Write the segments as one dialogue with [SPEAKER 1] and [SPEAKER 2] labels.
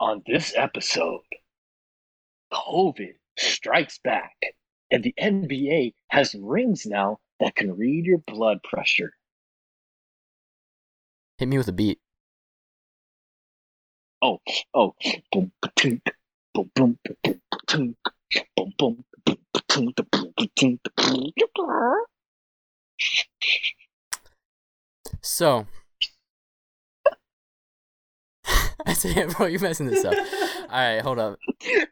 [SPEAKER 1] On this episode, COVID strikes back, and the NBA has rings now that can read your blood pressure.
[SPEAKER 2] Hit me with a beat.
[SPEAKER 1] Oh, oh, boom, ba-tink, boom, boom, ba-boom, ba-tink, boom, boom, ba-boom, ba-tink, da-boom, ba-tink, da-boom, da-boom.
[SPEAKER 2] So, I said, bro, you're messing this up. All right, hold up. you,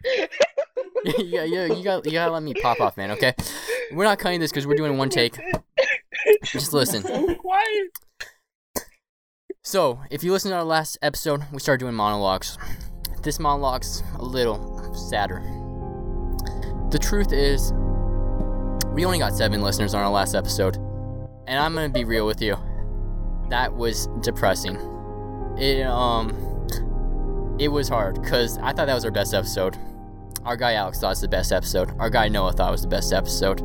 [SPEAKER 2] got- you, you got you gotta let me pop off, man. Okay, we're not cutting this because we're doing one take. Just listen.
[SPEAKER 1] Quiet.
[SPEAKER 2] So, if you listen to our last episode, we started doing monologues. This monologue's a little sadder. The truth is, we only got seven listeners on our last episode, and I'm gonna be real with you. That was depressing. It um, it was hard because I thought that was our best episode. Our guy Alex thought it's the best episode. Our guy Noah thought it was the best episode.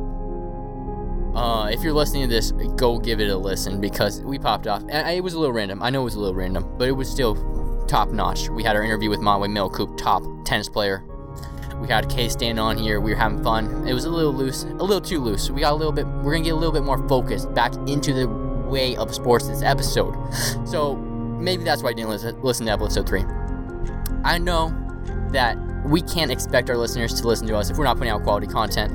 [SPEAKER 2] Uh, if you're listening to this, go give it a listen because we popped off. And it was a little random. I know it was a little random, but it was still top notch. We had our interview with Monway Millcoop, top tennis player. We had K Stan on here. We were having fun. It was a little loose, a little too loose. We got a little bit. We're gonna get a little bit more focused back into the way of sports this episode. So maybe that's why I didn't listen, listen to episode three. I know that we can't expect our listeners to listen to us if we're not putting out quality content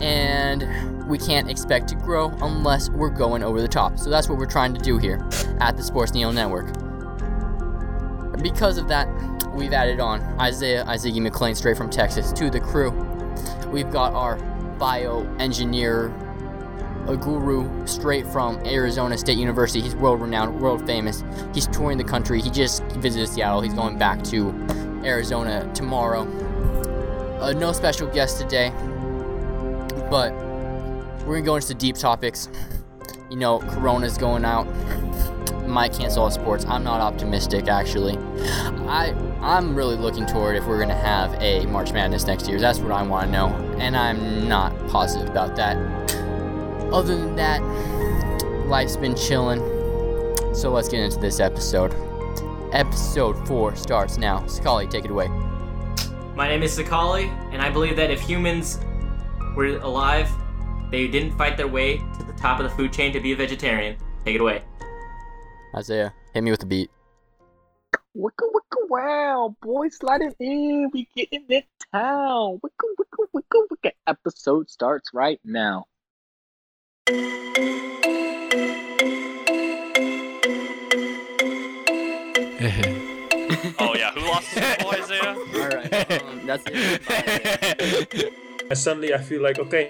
[SPEAKER 2] and we can't expect to grow unless we're going over the top. So that's what we're trying to do here at the Sports Neo Network. Because of that, we've added on Isaiah Isaiah McLean straight from Texas to the crew. We've got our bio engineer, a guru straight from Arizona State University. He's world renowned, world famous. He's touring the country. He just visited Seattle. He's going back to Arizona tomorrow. Uh, no special guest today but we're gonna go into the deep topics. You know, Corona's going out. Might cancel all sports. I'm not optimistic, actually. I I'm really looking toward if we're gonna have a March Madness next year. That's what I want to know, and I'm not positive about that. Other than that, life's been chilling. So let's get into this episode. Episode four starts now. Scully, take it away.
[SPEAKER 3] My name is Sakali, and I believe that if humans were alive, they didn't fight their way to the top of the food chain to be a vegetarian. Take it away.
[SPEAKER 2] Isaiah, hit me with the beat.
[SPEAKER 1] Wicka wicka wow, boy, slide it in. We getting in town. Wicka wicka wicka wicka. Episode starts right now.
[SPEAKER 4] Oh yeah, who lost his ball, Isaiah?
[SPEAKER 2] All right, um, that's it.
[SPEAKER 5] And suddenly I feel like, okay,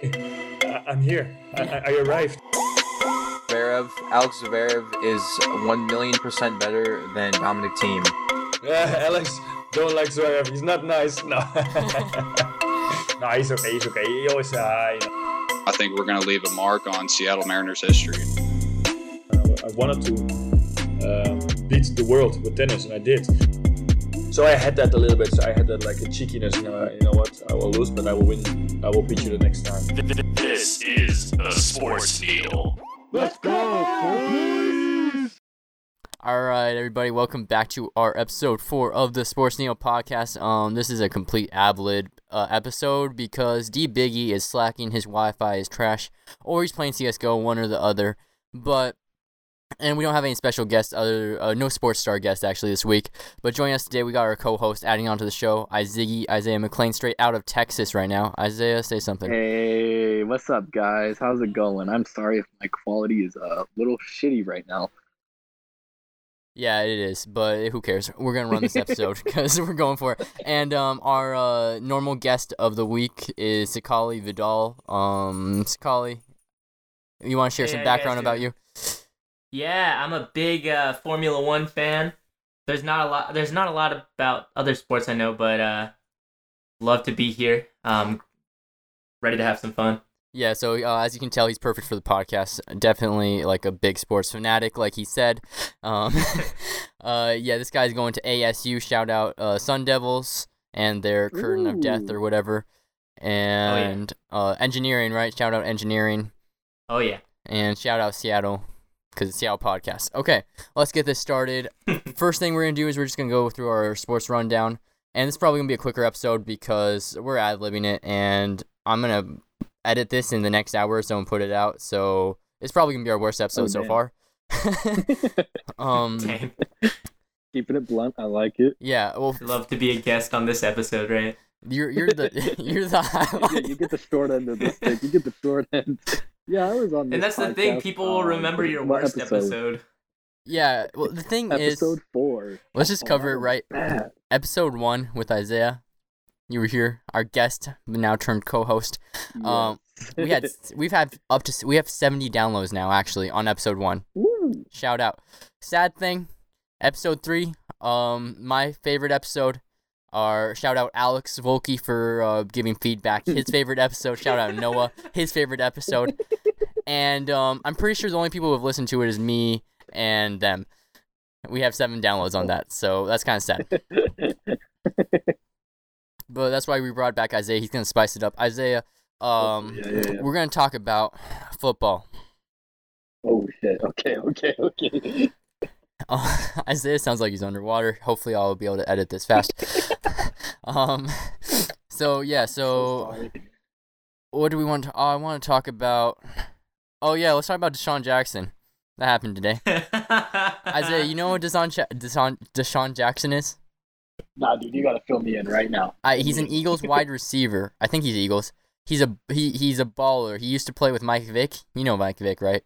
[SPEAKER 5] I- I'm here. I, I-, I arrived.
[SPEAKER 6] Zverev, Alex Zverev is 1 million percent better than Dominic Team.
[SPEAKER 5] Alex, don't like Zverev. He's not nice. No. no, he's okay. He's okay. He always, uh, you know,
[SPEAKER 7] I think we're going to leave a mark on Seattle Mariners history.
[SPEAKER 5] I wanted to um, beat the world with tennis, and I did. So I had that a little bit. So I had that like a cheekiness. You know, you know what? I will lose, but I will win. I will beat you the next time.
[SPEAKER 4] This is the sports deal.
[SPEAKER 2] All right, everybody, welcome back to our episode four of the Sports Neo podcast. Um, this is a complete ablid uh, episode because D Biggie is slacking, his Wi-Fi is trash, or he's playing CS:GO, one or the other. But and we don't have any special guests, other uh, no sports star guest actually this week. But joining us today, we got our co-host adding on to the show, Isaiah Isaiah McLean, straight out of Texas right now. Isaiah, say something.
[SPEAKER 1] Hey, what's up, guys? How's it going? I'm sorry if my quality is a little shitty right now.
[SPEAKER 2] Yeah, it is, but who cares? We're gonna run this episode because we're going for it. And um, our uh, normal guest of the week is Sakali Vidal. Um, Sakali, you want to share
[SPEAKER 3] Hey,
[SPEAKER 2] some
[SPEAKER 3] how you guys
[SPEAKER 2] background about
[SPEAKER 3] doing?
[SPEAKER 2] you?
[SPEAKER 3] Yeah, I'm a big uh, Formula One fan. There's not a lot. There's not a lot about other sports I know, but uh, love to be here. Um, ready to have some fun.
[SPEAKER 2] Yeah, so uh, as you can tell, he's perfect for the podcast. Definitely like a big sports fanatic, like he said. Um, uh, yeah, this guy's going to ASU. Shout out uh, Sun Devils and their Curtain of Death
[SPEAKER 1] Ooh.
[SPEAKER 2] or whatever, and uh, engineering. Right, shout out engineering.
[SPEAKER 3] Oh yeah,
[SPEAKER 2] And shout out Seattle because it's Seattle podcast. Okay, let's get this started. First thing we're gonna do is we're just gonna go through our sports rundown, and this is probably gonna be a quicker episode because we're ad libbing it, and I'm gonna edit this in the next hour or so and put it out. So it's probably gonna be our worst episode
[SPEAKER 1] Oh,
[SPEAKER 2] so
[SPEAKER 1] man.
[SPEAKER 2] far. um,
[SPEAKER 3] Dang.
[SPEAKER 1] Keeping it blunt, I like it.
[SPEAKER 2] yeah. Well,
[SPEAKER 3] Love to be a guest on this episode, right?
[SPEAKER 2] you're you're the you're
[SPEAKER 1] You
[SPEAKER 2] the
[SPEAKER 1] get,
[SPEAKER 2] highlight.
[SPEAKER 1] you get the short end of this thing. You get the short end. Yeah, I was on.
[SPEAKER 3] And
[SPEAKER 1] this
[SPEAKER 3] that's the thing,
[SPEAKER 1] podcast,
[SPEAKER 3] people will
[SPEAKER 1] um,
[SPEAKER 3] remember your
[SPEAKER 1] what
[SPEAKER 3] worst episode.
[SPEAKER 2] Yeah. Well, the thing
[SPEAKER 1] Episode
[SPEAKER 2] is,
[SPEAKER 1] four.
[SPEAKER 2] let's just
[SPEAKER 1] Oh, that
[SPEAKER 2] cover it
[SPEAKER 1] was
[SPEAKER 2] right.
[SPEAKER 1] bad.
[SPEAKER 2] Episode one with Isaiah. You were here, our guest, now turned co-host. Um,
[SPEAKER 1] Yes.
[SPEAKER 2] we had we've had up to we have 70 downloads now actually on episode 1
[SPEAKER 1] Woo.
[SPEAKER 2] shout out sad thing episode 3 um my favorite episode our shout out alex volke for uh, giving feedback his favorite episode shout out noah his favorite episode and um, i'm pretty sure the only people who have listened to it is me and them we have seven downloads on that so that's kind of sad but that's why we brought back Isaiah. He's gonna spice it up. Isaiah, um,
[SPEAKER 1] Oh, yeah, yeah, yeah.
[SPEAKER 2] we're gonna talk about football.
[SPEAKER 1] Oh shit. Okay. Okay. Okay.
[SPEAKER 2] Uh, Isaiah sounds like he's underwater. Hopefully, I'll be able to edit this fast. um, so yeah, so
[SPEAKER 1] sorry.
[SPEAKER 2] what do we want? To, oh, I want to talk about. Oh yeah, let's talk about Deshaun Jackson. That happened today. Isaiah, you know what Deshaun Ja- Deshaun, Deshaun Jackson is?
[SPEAKER 1] Nah, dude, you gotta fill me in right now.
[SPEAKER 2] I, he's an Eagles wide receiver. I think he's Eagles. He's a he, he's a baller. He used to play with Mike Vick. You know Mike Vick, right?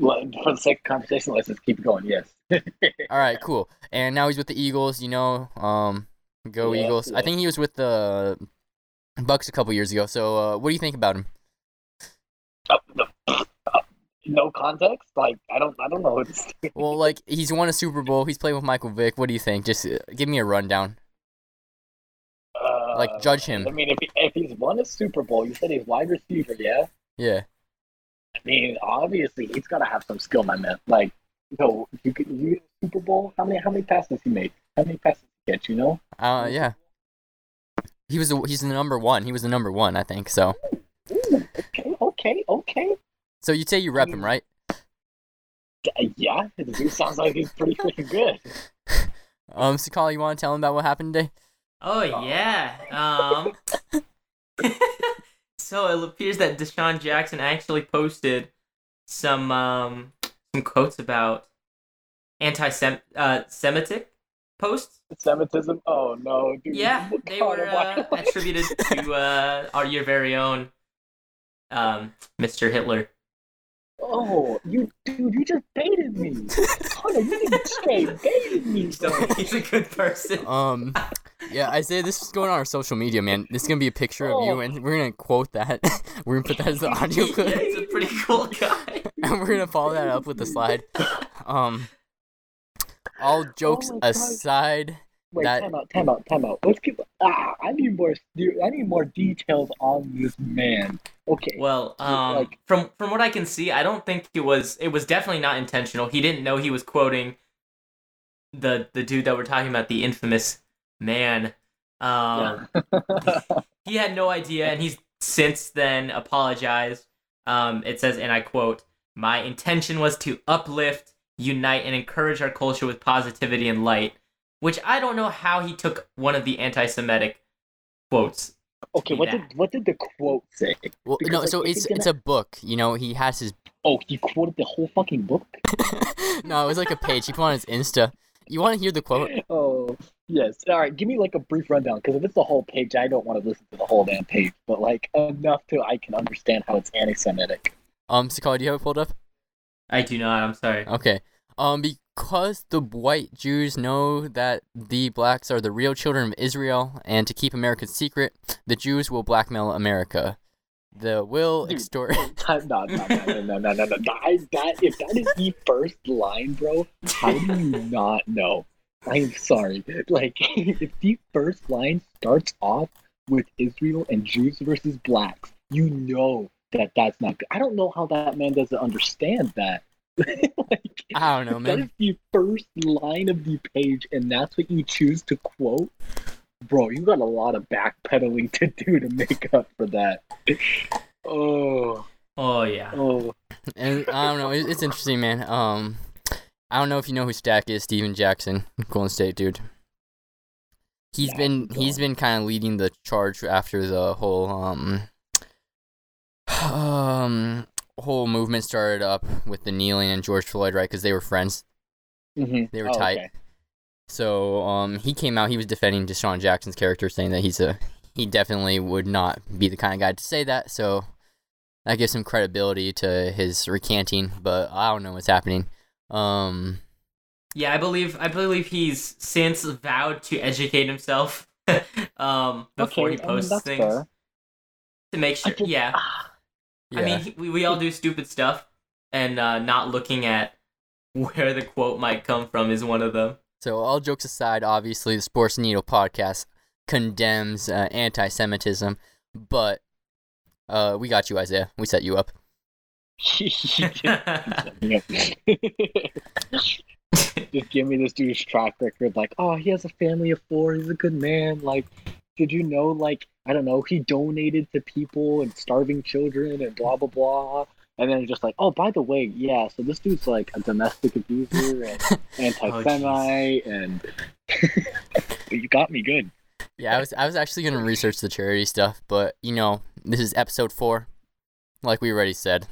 [SPEAKER 1] Well, For the sake of conversation, let's just keep going. Yes.
[SPEAKER 2] All right, cool. And now he's with the Eagles. You know, um, go
[SPEAKER 1] Yeah,
[SPEAKER 2] Eagles. I
[SPEAKER 1] yeah.
[SPEAKER 2] think he was with the Bucks a couple years ago. So, uh, what do you think about him?
[SPEAKER 1] Uh, uh, uh, no context. Like I don't. I don't know. What to say.
[SPEAKER 2] Well, like he's won a Super Bowl. He's playing with Michael Vick. What do you think? Just uh, give me a rundown.
[SPEAKER 1] Uh,
[SPEAKER 2] Like judge him.
[SPEAKER 1] I mean, if he, if he's won a Super Bowl, you said he's wide receiver. Yeah.
[SPEAKER 2] Yeah.
[SPEAKER 1] I mean, obviously he's got to have some skill, my man. Like, so you could you get a Super Bowl. How many how many passes he made? How many passes he get? You know,
[SPEAKER 2] Uh, yeah. He was the, he's the number one. He was the number one, I think. So,
[SPEAKER 1] Ooh, okay, okay, okay.
[SPEAKER 2] so you'd say you rep him, right?
[SPEAKER 1] Uh, Yeah, the dude sounds like he's pretty freaking good.
[SPEAKER 2] Um, Sakala, you want to tell him about what happened today?
[SPEAKER 3] Oh yeah. Um. so it appears that Deshaun Jackson actually posted some um some quotes about anti-Sem uh, Semitic posts.
[SPEAKER 1] Semitism. Oh no, dude.
[SPEAKER 3] Yeah,
[SPEAKER 1] Look
[SPEAKER 3] they
[SPEAKER 1] at
[SPEAKER 3] were
[SPEAKER 1] him, why-
[SPEAKER 3] uh, attributed to uh our your very own um Mr. Hitler.
[SPEAKER 1] Oh, you dude, you just baited me. Connor, you just straight baited me.
[SPEAKER 3] So he's a good person.
[SPEAKER 2] Um, yeah, I say this is going on our social media, man. This is gonna be a picture of you,
[SPEAKER 1] Oh.
[SPEAKER 2] and we're gonna quote that. we're gonna put that as the audio
[SPEAKER 3] yeah,
[SPEAKER 2] clip,
[SPEAKER 3] he's a pretty cool guy.
[SPEAKER 2] and we're gonna follow that up with the slide. Um, all jokes
[SPEAKER 1] Oh my God.
[SPEAKER 2] aside,
[SPEAKER 1] Wait,
[SPEAKER 2] That-
[SPEAKER 1] time out, time out, time out. Let's keep. Ah, I need more. Dude, I need more details on this man. Okay.
[SPEAKER 3] Well, um,
[SPEAKER 1] like-
[SPEAKER 3] from from what I can see, I don't think it was. It was definitely not intentional. He didn't know he was quoting the the dude that we're talking about, the infamous man. Um, he had no idea, and he's since then apologized. Um, it says, and I quote: "My intention was to uplift, unite, and encourage our culture with positivity and light." Which I don't know how he took one of the anti-Semitic quotes.
[SPEAKER 1] Okay,
[SPEAKER 3] be
[SPEAKER 1] what
[SPEAKER 3] that.
[SPEAKER 1] did what did the quote say?
[SPEAKER 2] well,
[SPEAKER 1] Because,
[SPEAKER 2] no,
[SPEAKER 1] like,
[SPEAKER 2] so
[SPEAKER 1] if
[SPEAKER 2] it's
[SPEAKER 1] you're
[SPEAKER 2] it's a book. You know, he has his.
[SPEAKER 1] Oh, he quoted the whole fucking book.
[SPEAKER 2] no, it was like a page. He put on his Insta. You want to hear the quote?
[SPEAKER 1] Oh, yes. All right, give me like a brief rundown because if it's the whole page, I don't want to listen to the whole damn page. But like enough to I can understand how it's anti-Semitic.
[SPEAKER 2] Um, Sakala, do you have it pulled up?
[SPEAKER 3] I do not. I'm sorry.
[SPEAKER 2] Okay. Um, because the white Jews know that the blacks are the real children of Israel, and to keep America secret, the Jews will blackmail America. The will
[SPEAKER 1] Dude.
[SPEAKER 2] extort.
[SPEAKER 1] No, no, no, no, no, no, no. no. I, that if that is the first line, bro, how do you not know? I'm sorry. Like, if the first line starts off with Israel and Jews versus blacks, you know that that's not good. I don't know how that man doesn't understand that. like,
[SPEAKER 2] I don't know,
[SPEAKER 1] if that is
[SPEAKER 2] man.
[SPEAKER 1] the first line of the page, and that's what you choose to quote. Bro, you got a lot of backpedaling to do to make up for that. Oh,
[SPEAKER 3] Oh yeah.
[SPEAKER 1] Oh,
[SPEAKER 2] And I don't know. It, it's interesting, man. Um, I don't know if you know who Stack is. Steven Jackson, Golden State dude. He's
[SPEAKER 1] Yeah,
[SPEAKER 2] been
[SPEAKER 1] go
[SPEAKER 2] he's
[SPEAKER 1] on.
[SPEAKER 2] been kind of leading the charge after the whole um um whole movement started up with the kneeling and George Floyd, right? Because they were friends.
[SPEAKER 1] mhm.
[SPEAKER 2] They were
[SPEAKER 1] Oh,
[SPEAKER 2] tight.
[SPEAKER 1] okay.
[SPEAKER 2] So um, he came out. He was defending Deshaun Jackson's character, saying that he's a he definitely would not be the kind of guy to say that. So that gives him credibility to his recanting. But I don't know what's happening. Um,
[SPEAKER 3] Yeah, I believe I believe he's since vowed to educate himself um, before he
[SPEAKER 1] Okay, I mean,
[SPEAKER 3] posts
[SPEAKER 1] that's
[SPEAKER 3] things
[SPEAKER 1] fair.
[SPEAKER 3] to make sure.
[SPEAKER 1] I just-
[SPEAKER 3] yeah.
[SPEAKER 2] yeah.
[SPEAKER 3] I mean, he- we, we all do stupid stuff, and uh, not looking at where the quote might come from is one of them.
[SPEAKER 2] so all jokes aside, obviously the Sports Needle podcast condemns uh, anti-Semitism, but uh, we got you, Isaiah. We set you up.
[SPEAKER 3] Oh,
[SPEAKER 1] Yep. Just give me this dude's track record. Like, oh, he has a family of four. He's a good man. Like, did you know? Like, I don't know. He donated to people and starving children and blah blah blah. And then just like, oh, by the way, yeah. So this dude's like a domestic abuser and
[SPEAKER 3] Oh,
[SPEAKER 1] anti-Semite, and you got me good.
[SPEAKER 2] Yeah, I was I was actually gonna research the charity stuff, but you know, this is episode four. Like we already said.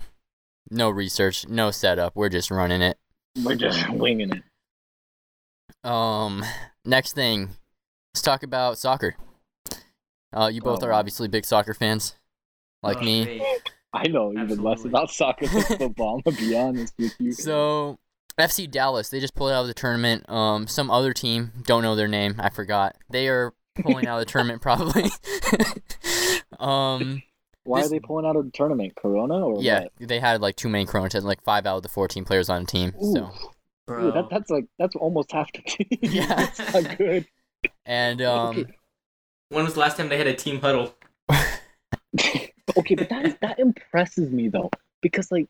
[SPEAKER 2] No research, no setup, we're just running it.
[SPEAKER 1] We're just winging it.
[SPEAKER 2] Um next thing, let's talk about soccer. Uh you both
[SPEAKER 1] Oh.
[SPEAKER 2] are obviously big soccer fans. Like
[SPEAKER 3] Oh,
[SPEAKER 2] me.
[SPEAKER 3] great.
[SPEAKER 1] I know even less
[SPEAKER 3] Absolutely.
[SPEAKER 1] about soccer than football. I'm gonna be honest with you.
[SPEAKER 2] So FC Dallas, they just pulled out of the tournament. Um some other team, don't know their name, I forgot. They are pulling out of the tournament probably. um
[SPEAKER 1] why
[SPEAKER 2] this-
[SPEAKER 1] are they pulling out of the tournament? Corona or
[SPEAKER 2] yeah,
[SPEAKER 1] what?
[SPEAKER 2] they had like too many corona tests, like five out of the fourteen players on the team. So
[SPEAKER 1] Ooh, that,
[SPEAKER 3] Bro.
[SPEAKER 1] that's like that's almost half the team.
[SPEAKER 2] Yeah.
[SPEAKER 1] That's not good.
[SPEAKER 2] and um,
[SPEAKER 1] Okay.
[SPEAKER 3] When was the last time they had a team huddle?
[SPEAKER 1] Okay, but that is that impresses me though because like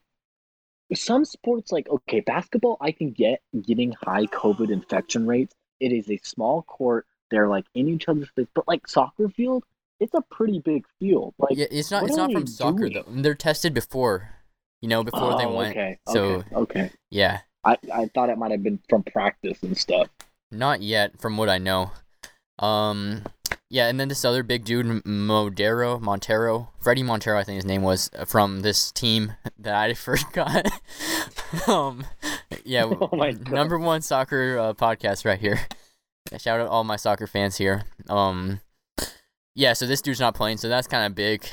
[SPEAKER 1] some sports like okay basketball I can get getting high COVID infection rates. It is a small court. They're like in each other's face, but like soccer field, it's a pretty big field. Like
[SPEAKER 2] yeah, it's not
[SPEAKER 1] what
[SPEAKER 2] it's
[SPEAKER 1] are
[SPEAKER 2] not from
[SPEAKER 1] they
[SPEAKER 2] soccer
[SPEAKER 1] doing?
[SPEAKER 2] though. They're tested before, you know, before they
[SPEAKER 1] Oh,
[SPEAKER 2] went.
[SPEAKER 1] Okay,
[SPEAKER 2] So
[SPEAKER 1] okay, okay.
[SPEAKER 2] yeah,
[SPEAKER 1] I I thought it might have been from practice and stuff.
[SPEAKER 2] not yet from what I know. Um, yeah, and then this other big dude, M- Modero Montero, Freddie Montero, I think his name was uh, from this team that I forgot. um, yeah,
[SPEAKER 1] Oh my God.
[SPEAKER 2] number one soccer uh, podcast right here. Shout out all my soccer fans here. Um, yeah, so this dude's not playing, so that's kind of big.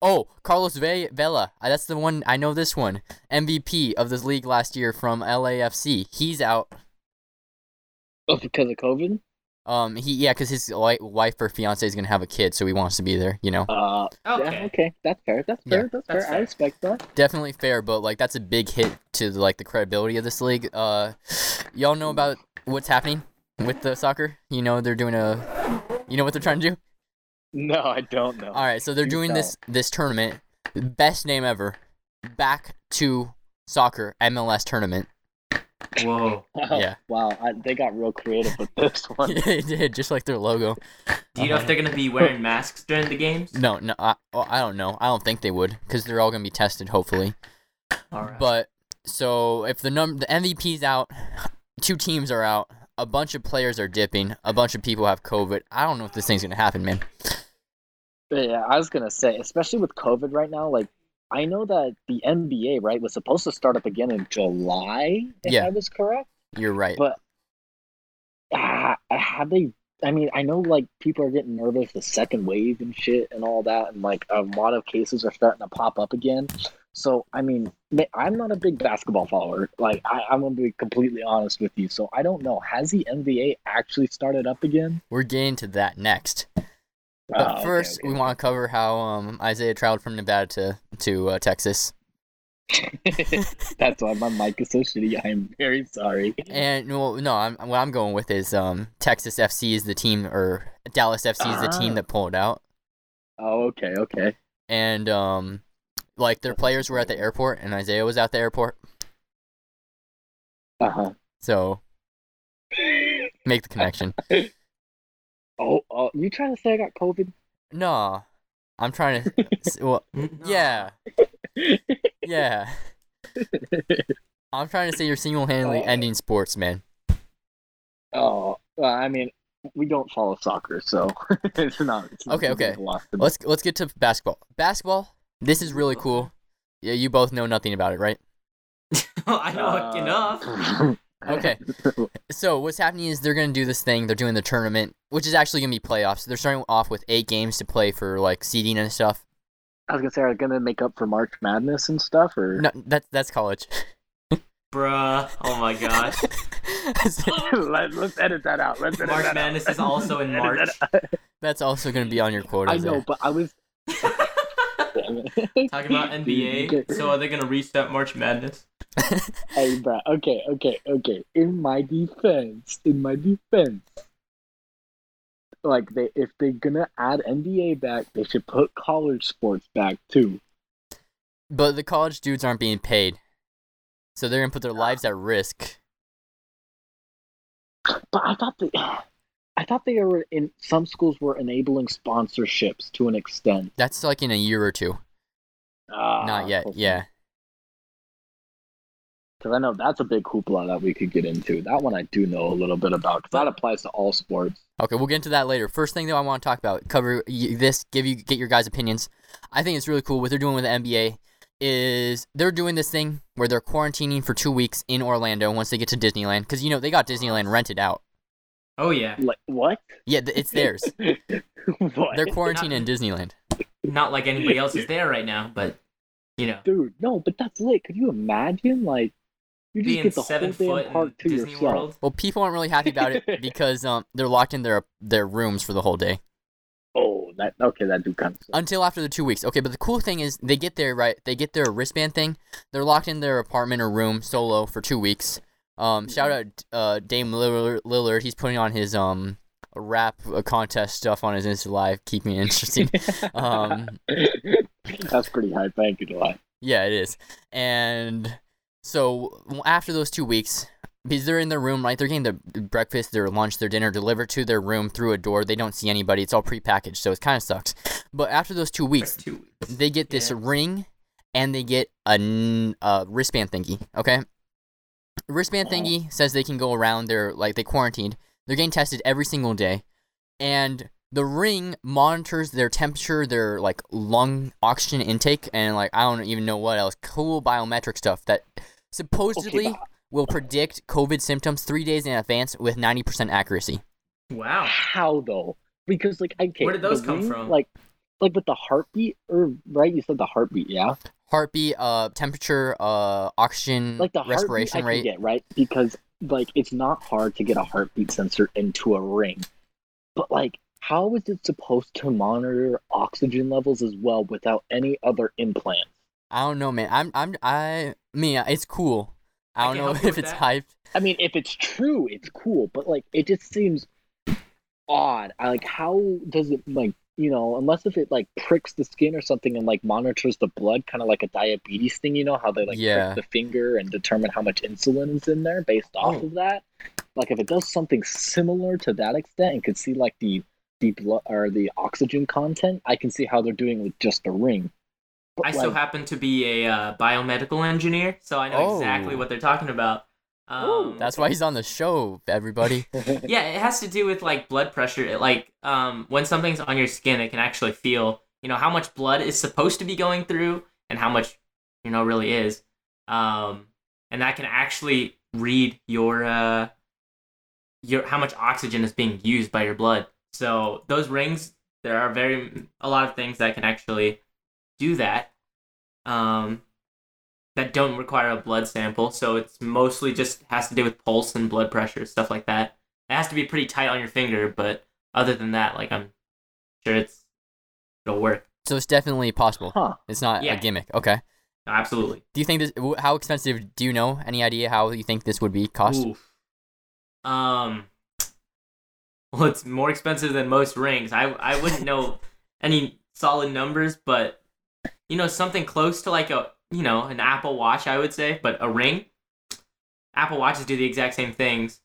[SPEAKER 2] Oh, Carlos Ve- Vela. I- That's the one. I know this one. MVP of this league last year from LAFC. He's out.
[SPEAKER 1] Oh, because of COVID.
[SPEAKER 2] Um, he yeah, cause his wi- wife or fiance is gonna have a kid, so he wants to be there. You know,
[SPEAKER 1] Uh,
[SPEAKER 3] Okay.
[SPEAKER 1] yeah, okay, that's fair. That's
[SPEAKER 2] Yeah.
[SPEAKER 1] fair. that's,
[SPEAKER 3] That's
[SPEAKER 1] fair. I
[SPEAKER 3] fair.
[SPEAKER 1] respect that.
[SPEAKER 2] definitely fair, but like that's a big hit to like the credibility of this league. Uh, y'all know about what's happening with the soccer? You know they're doing a, you know what they're trying to do?
[SPEAKER 1] No, I don't know.
[SPEAKER 2] All right, so they're
[SPEAKER 1] You
[SPEAKER 2] doing
[SPEAKER 1] tell.
[SPEAKER 2] this this tournament, best name ever, back to soccer MLS tournament.
[SPEAKER 3] Whoa.
[SPEAKER 1] Wow,
[SPEAKER 2] Yeah.
[SPEAKER 1] wow, I, they got real creative with this one.
[SPEAKER 2] it did just like their logo.
[SPEAKER 3] Do you know if they're gonna be wearing masks during the games?
[SPEAKER 2] No, no, I, oh, I don't know. I don't think they would, cause they're all gonna be tested hopefully.
[SPEAKER 3] All right.
[SPEAKER 2] But so if the num the MVP's out, two teams are out, a bunch of players are dipping, a bunch of people have COVID. I don't know if this thing's gonna happen, man.
[SPEAKER 1] But yeah, I was gonna say, especially with COVID right now, like I know that the NBA right was supposed to start up again in July, if
[SPEAKER 2] Yeah.
[SPEAKER 1] I was correct.
[SPEAKER 2] You're right.
[SPEAKER 1] But ah, have they? I mean, I know like people are getting nervous the second wave and shit and all that, and like a lot of cases are starting to pop up again. So I mean, ma- I'm not a big basketball follower. Like I, I'm gonna be completely honest with you. So I don't know. Has the NBA actually started up again?
[SPEAKER 2] We're getting to that next.
[SPEAKER 1] Ah,
[SPEAKER 2] But
[SPEAKER 1] okay,
[SPEAKER 2] first,
[SPEAKER 1] okay.
[SPEAKER 2] we want to cover how um, Isaiah traveled from Nevada to to uh, Texas.
[SPEAKER 1] That's why my mic is so shitty. I am very sorry.
[SPEAKER 2] And well, no, I'm, what I'm going with is um, Texas FC is the team, or Dallas FC is the team
[SPEAKER 1] Ah.
[SPEAKER 2] that pulled out.
[SPEAKER 1] Oh, okay, okay.
[SPEAKER 2] And um, like their players were at the airport, and Isaiah was at the airport.
[SPEAKER 1] Uh huh.
[SPEAKER 2] So make the connection.
[SPEAKER 1] Oh, oh, you trying to say I got COVID?
[SPEAKER 2] No, I'm trying to. s- well, yeah, yeah. I'm trying to say you're single-handedly
[SPEAKER 1] Oh.
[SPEAKER 2] ending sports, man.
[SPEAKER 1] Oh, well, I mean, we don't follow soccer, so it's not. It's not
[SPEAKER 2] Okay,
[SPEAKER 1] gonna be
[SPEAKER 2] okay.
[SPEAKER 1] a lot to-
[SPEAKER 2] Let's let's get to basketball. Basketball. This is really cool. Yeah, you both know nothing about it, right?
[SPEAKER 3] I know
[SPEAKER 1] Uh,
[SPEAKER 3] enough.
[SPEAKER 2] Okay. So what's happening is they're gonna do this thing. They're doing the tournament, which is actually gonna be playoffs. They're starting off with eight games to play for like seeding and stuff.
[SPEAKER 1] I was gonna say, are they gonna make up for March Madness and stuff, or
[SPEAKER 2] No, that's that's college.
[SPEAKER 3] Bruh. Oh my gosh.
[SPEAKER 1] Let, us edit that out. Let's edit
[SPEAKER 3] March
[SPEAKER 1] that out.
[SPEAKER 3] Madness is also in
[SPEAKER 1] Edit
[SPEAKER 3] March.
[SPEAKER 1] that out.
[SPEAKER 2] that's also gonna be on your quota.
[SPEAKER 1] I know, but I was Damn it.
[SPEAKER 3] Talking about
[SPEAKER 1] Dude, you
[SPEAKER 3] NBA.
[SPEAKER 1] get-
[SPEAKER 3] So are they gonna restart March Madness?
[SPEAKER 1] hey, bro. Okay, okay, okay. In my defense, in my defense, like they, if they're gonna add NBA back, they should put college sports back too.
[SPEAKER 2] But the college dudes aren't being paid, so they're gonna put their lives at risk.
[SPEAKER 1] But I thought they, I thought they were in some schools were enabling sponsorships to an extent. Ah,
[SPEAKER 2] That's like in a year or two. Not yet. Yeah.
[SPEAKER 1] because I know that's a big hoopla that we could get into. That one I do know a little bit about because that applies to all sports.
[SPEAKER 2] Okay, we'll get into that later. First thing though, I want to talk about cover y- this, give you get your guys' opinions. I think it's really cool what they're doing with the NBA is they're doing this thing where they're quarantining for two weeks in Orlando once they get to Disneyland because you know they got Disneyland rented out.
[SPEAKER 3] Oh yeah.
[SPEAKER 1] Like what?
[SPEAKER 2] Yeah, th- it's theirs.
[SPEAKER 1] what?
[SPEAKER 2] They're quarantining in Disneyland.
[SPEAKER 3] Not like anybody else is there right now, but you know.
[SPEAKER 1] Dude, no, but that's lit. Could you imagine? Like, you just
[SPEAKER 3] Being
[SPEAKER 1] get the
[SPEAKER 3] seven
[SPEAKER 1] whole
[SPEAKER 3] foot
[SPEAKER 1] damn park
[SPEAKER 3] in
[SPEAKER 1] to
[SPEAKER 3] Disney
[SPEAKER 1] yourself.
[SPEAKER 3] World.
[SPEAKER 2] Well, people aren't really happy about it because um they're locked in their their rooms for the whole day.
[SPEAKER 1] Oh, that okay. That do kind of. suck.
[SPEAKER 2] until after the two weeks. Okay, but the cool thing is they get their right. They get their wristband thing. They're locked in their apartment or room solo for two weeks. Um, shout out uh Dame Lillard. Lillard. He's putting on his um rap uh, contest stuff on his Insta Live, keeping it interesting. um,
[SPEAKER 1] that's pretty high. Thank you, July.
[SPEAKER 2] yeah, it is. And so w- after those two weeks, because they're in their room, right? They're getting their breakfast, their lunch, their dinner delivered to their room through a door. They don't see anybody. It's all prepackaged, so it kind of sucks. But after those two weeks,
[SPEAKER 3] Two weeks.
[SPEAKER 2] they get this
[SPEAKER 3] Yeah.
[SPEAKER 2] ring and they get a, n- a wristband thingy okay wristband
[SPEAKER 1] Yeah.
[SPEAKER 2] thingy says they can go around they're like they quarantined they're getting tested every single day and the ring monitors their temperature their like lung oxygen intake and like i don't even know what else cool biometric stuff that supposedly
[SPEAKER 1] but-
[SPEAKER 2] will predict covid symptoms three days in advance with 90% accuracy
[SPEAKER 3] Wow.
[SPEAKER 1] How though? Because like, I can't.
[SPEAKER 3] Where did those
[SPEAKER 1] the
[SPEAKER 3] come
[SPEAKER 1] ring,
[SPEAKER 3] from?
[SPEAKER 1] Like, like with the heartbeat, or right? You said the heartbeat, yeah.
[SPEAKER 3] Mm-hmm.
[SPEAKER 2] heartbeat uh temperature uh oxygen
[SPEAKER 1] Like the
[SPEAKER 2] respiration
[SPEAKER 1] heartbeat, I
[SPEAKER 2] rate
[SPEAKER 1] can get, right? Because like, it's not hard to get a heartbeat sensor into a ring, but like. How is it supposed to monitor oxygen levels as well without any other implants?
[SPEAKER 2] I don't know, man. I'm I'm I mean, uh, it's cool. I
[SPEAKER 3] I
[SPEAKER 2] don't
[SPEAKER 3] can
[SPEAKER 2] know
[SPEAKER 3] help you
[SPEAKER 2] if
[SPEAKER 3] with
[SPEAKER 2] it's
[SPEAKER 3] that.
[SPEAKER 2] hyped.
[SPEAKER 1] I mean, if it's true, it's cool, but like it just seems odd. I like how does it like you know, unless if it like pricks the skin or something and like monitors the blood, kind of like a diabetes thing, you know, how they like
[SPEAKER 2] Yeah.
[SPEAKER 1] prick the finger and determine how much insulin is in there based off
[SPEAKER 3] Oh.
[SPEAKER 1] of that. Like if it does something similar to that extent and could see like the the blood or the oxygen content, I can see how they're doing with just a ring. But,
[SPEAKER 3] I so
[SPEAKER 1] like,
[SPEAKER 3] happen to be a uh, biomedical engineer, so I know
[SPEAKER 2] Oh.
[SPEAKER 3] exactly what they're talking about. Um,
[SPEAKER 2] That's why he's on the show, everybody.
[SPEAKER 3] yeah, it has to do with like blood pressure. It, like um, when something's on your skin, it can actually feel you know how much blood is supposed to be going through and how much you know really is, um, and that can actually read your uh, your how much oxygen is being used by your blood. So those rings, there are very a lot of things that can actually do that. Um, that don't require a blood sample, so it's mostly just has to do with pulse and blood pressure, stuff like that it has to be pretty tight on your finger, but other than that, like I'm sure it's it'll work.
[SPEAKER 2] so it's definitely possible.
[SPEAKER 1] Huh.
[SPEAKER 2] It's not
[SPEAKER 3] Yeah.
[SPEAKER 2] a gimmick. Okay.
[SPEAKER 3] Absolutely.
[SPEAKER 2] Do you think this? wh- How expensive? Do you know any idea how you think this would be cost?
[SPEAKER 3] Oof. Um well it's more expensive than most rings. I I wouldn't know any solid numbers, but you know, something close to like a you know, an Apple Watch I would say, but a ring. Apple Watches do the exact same things.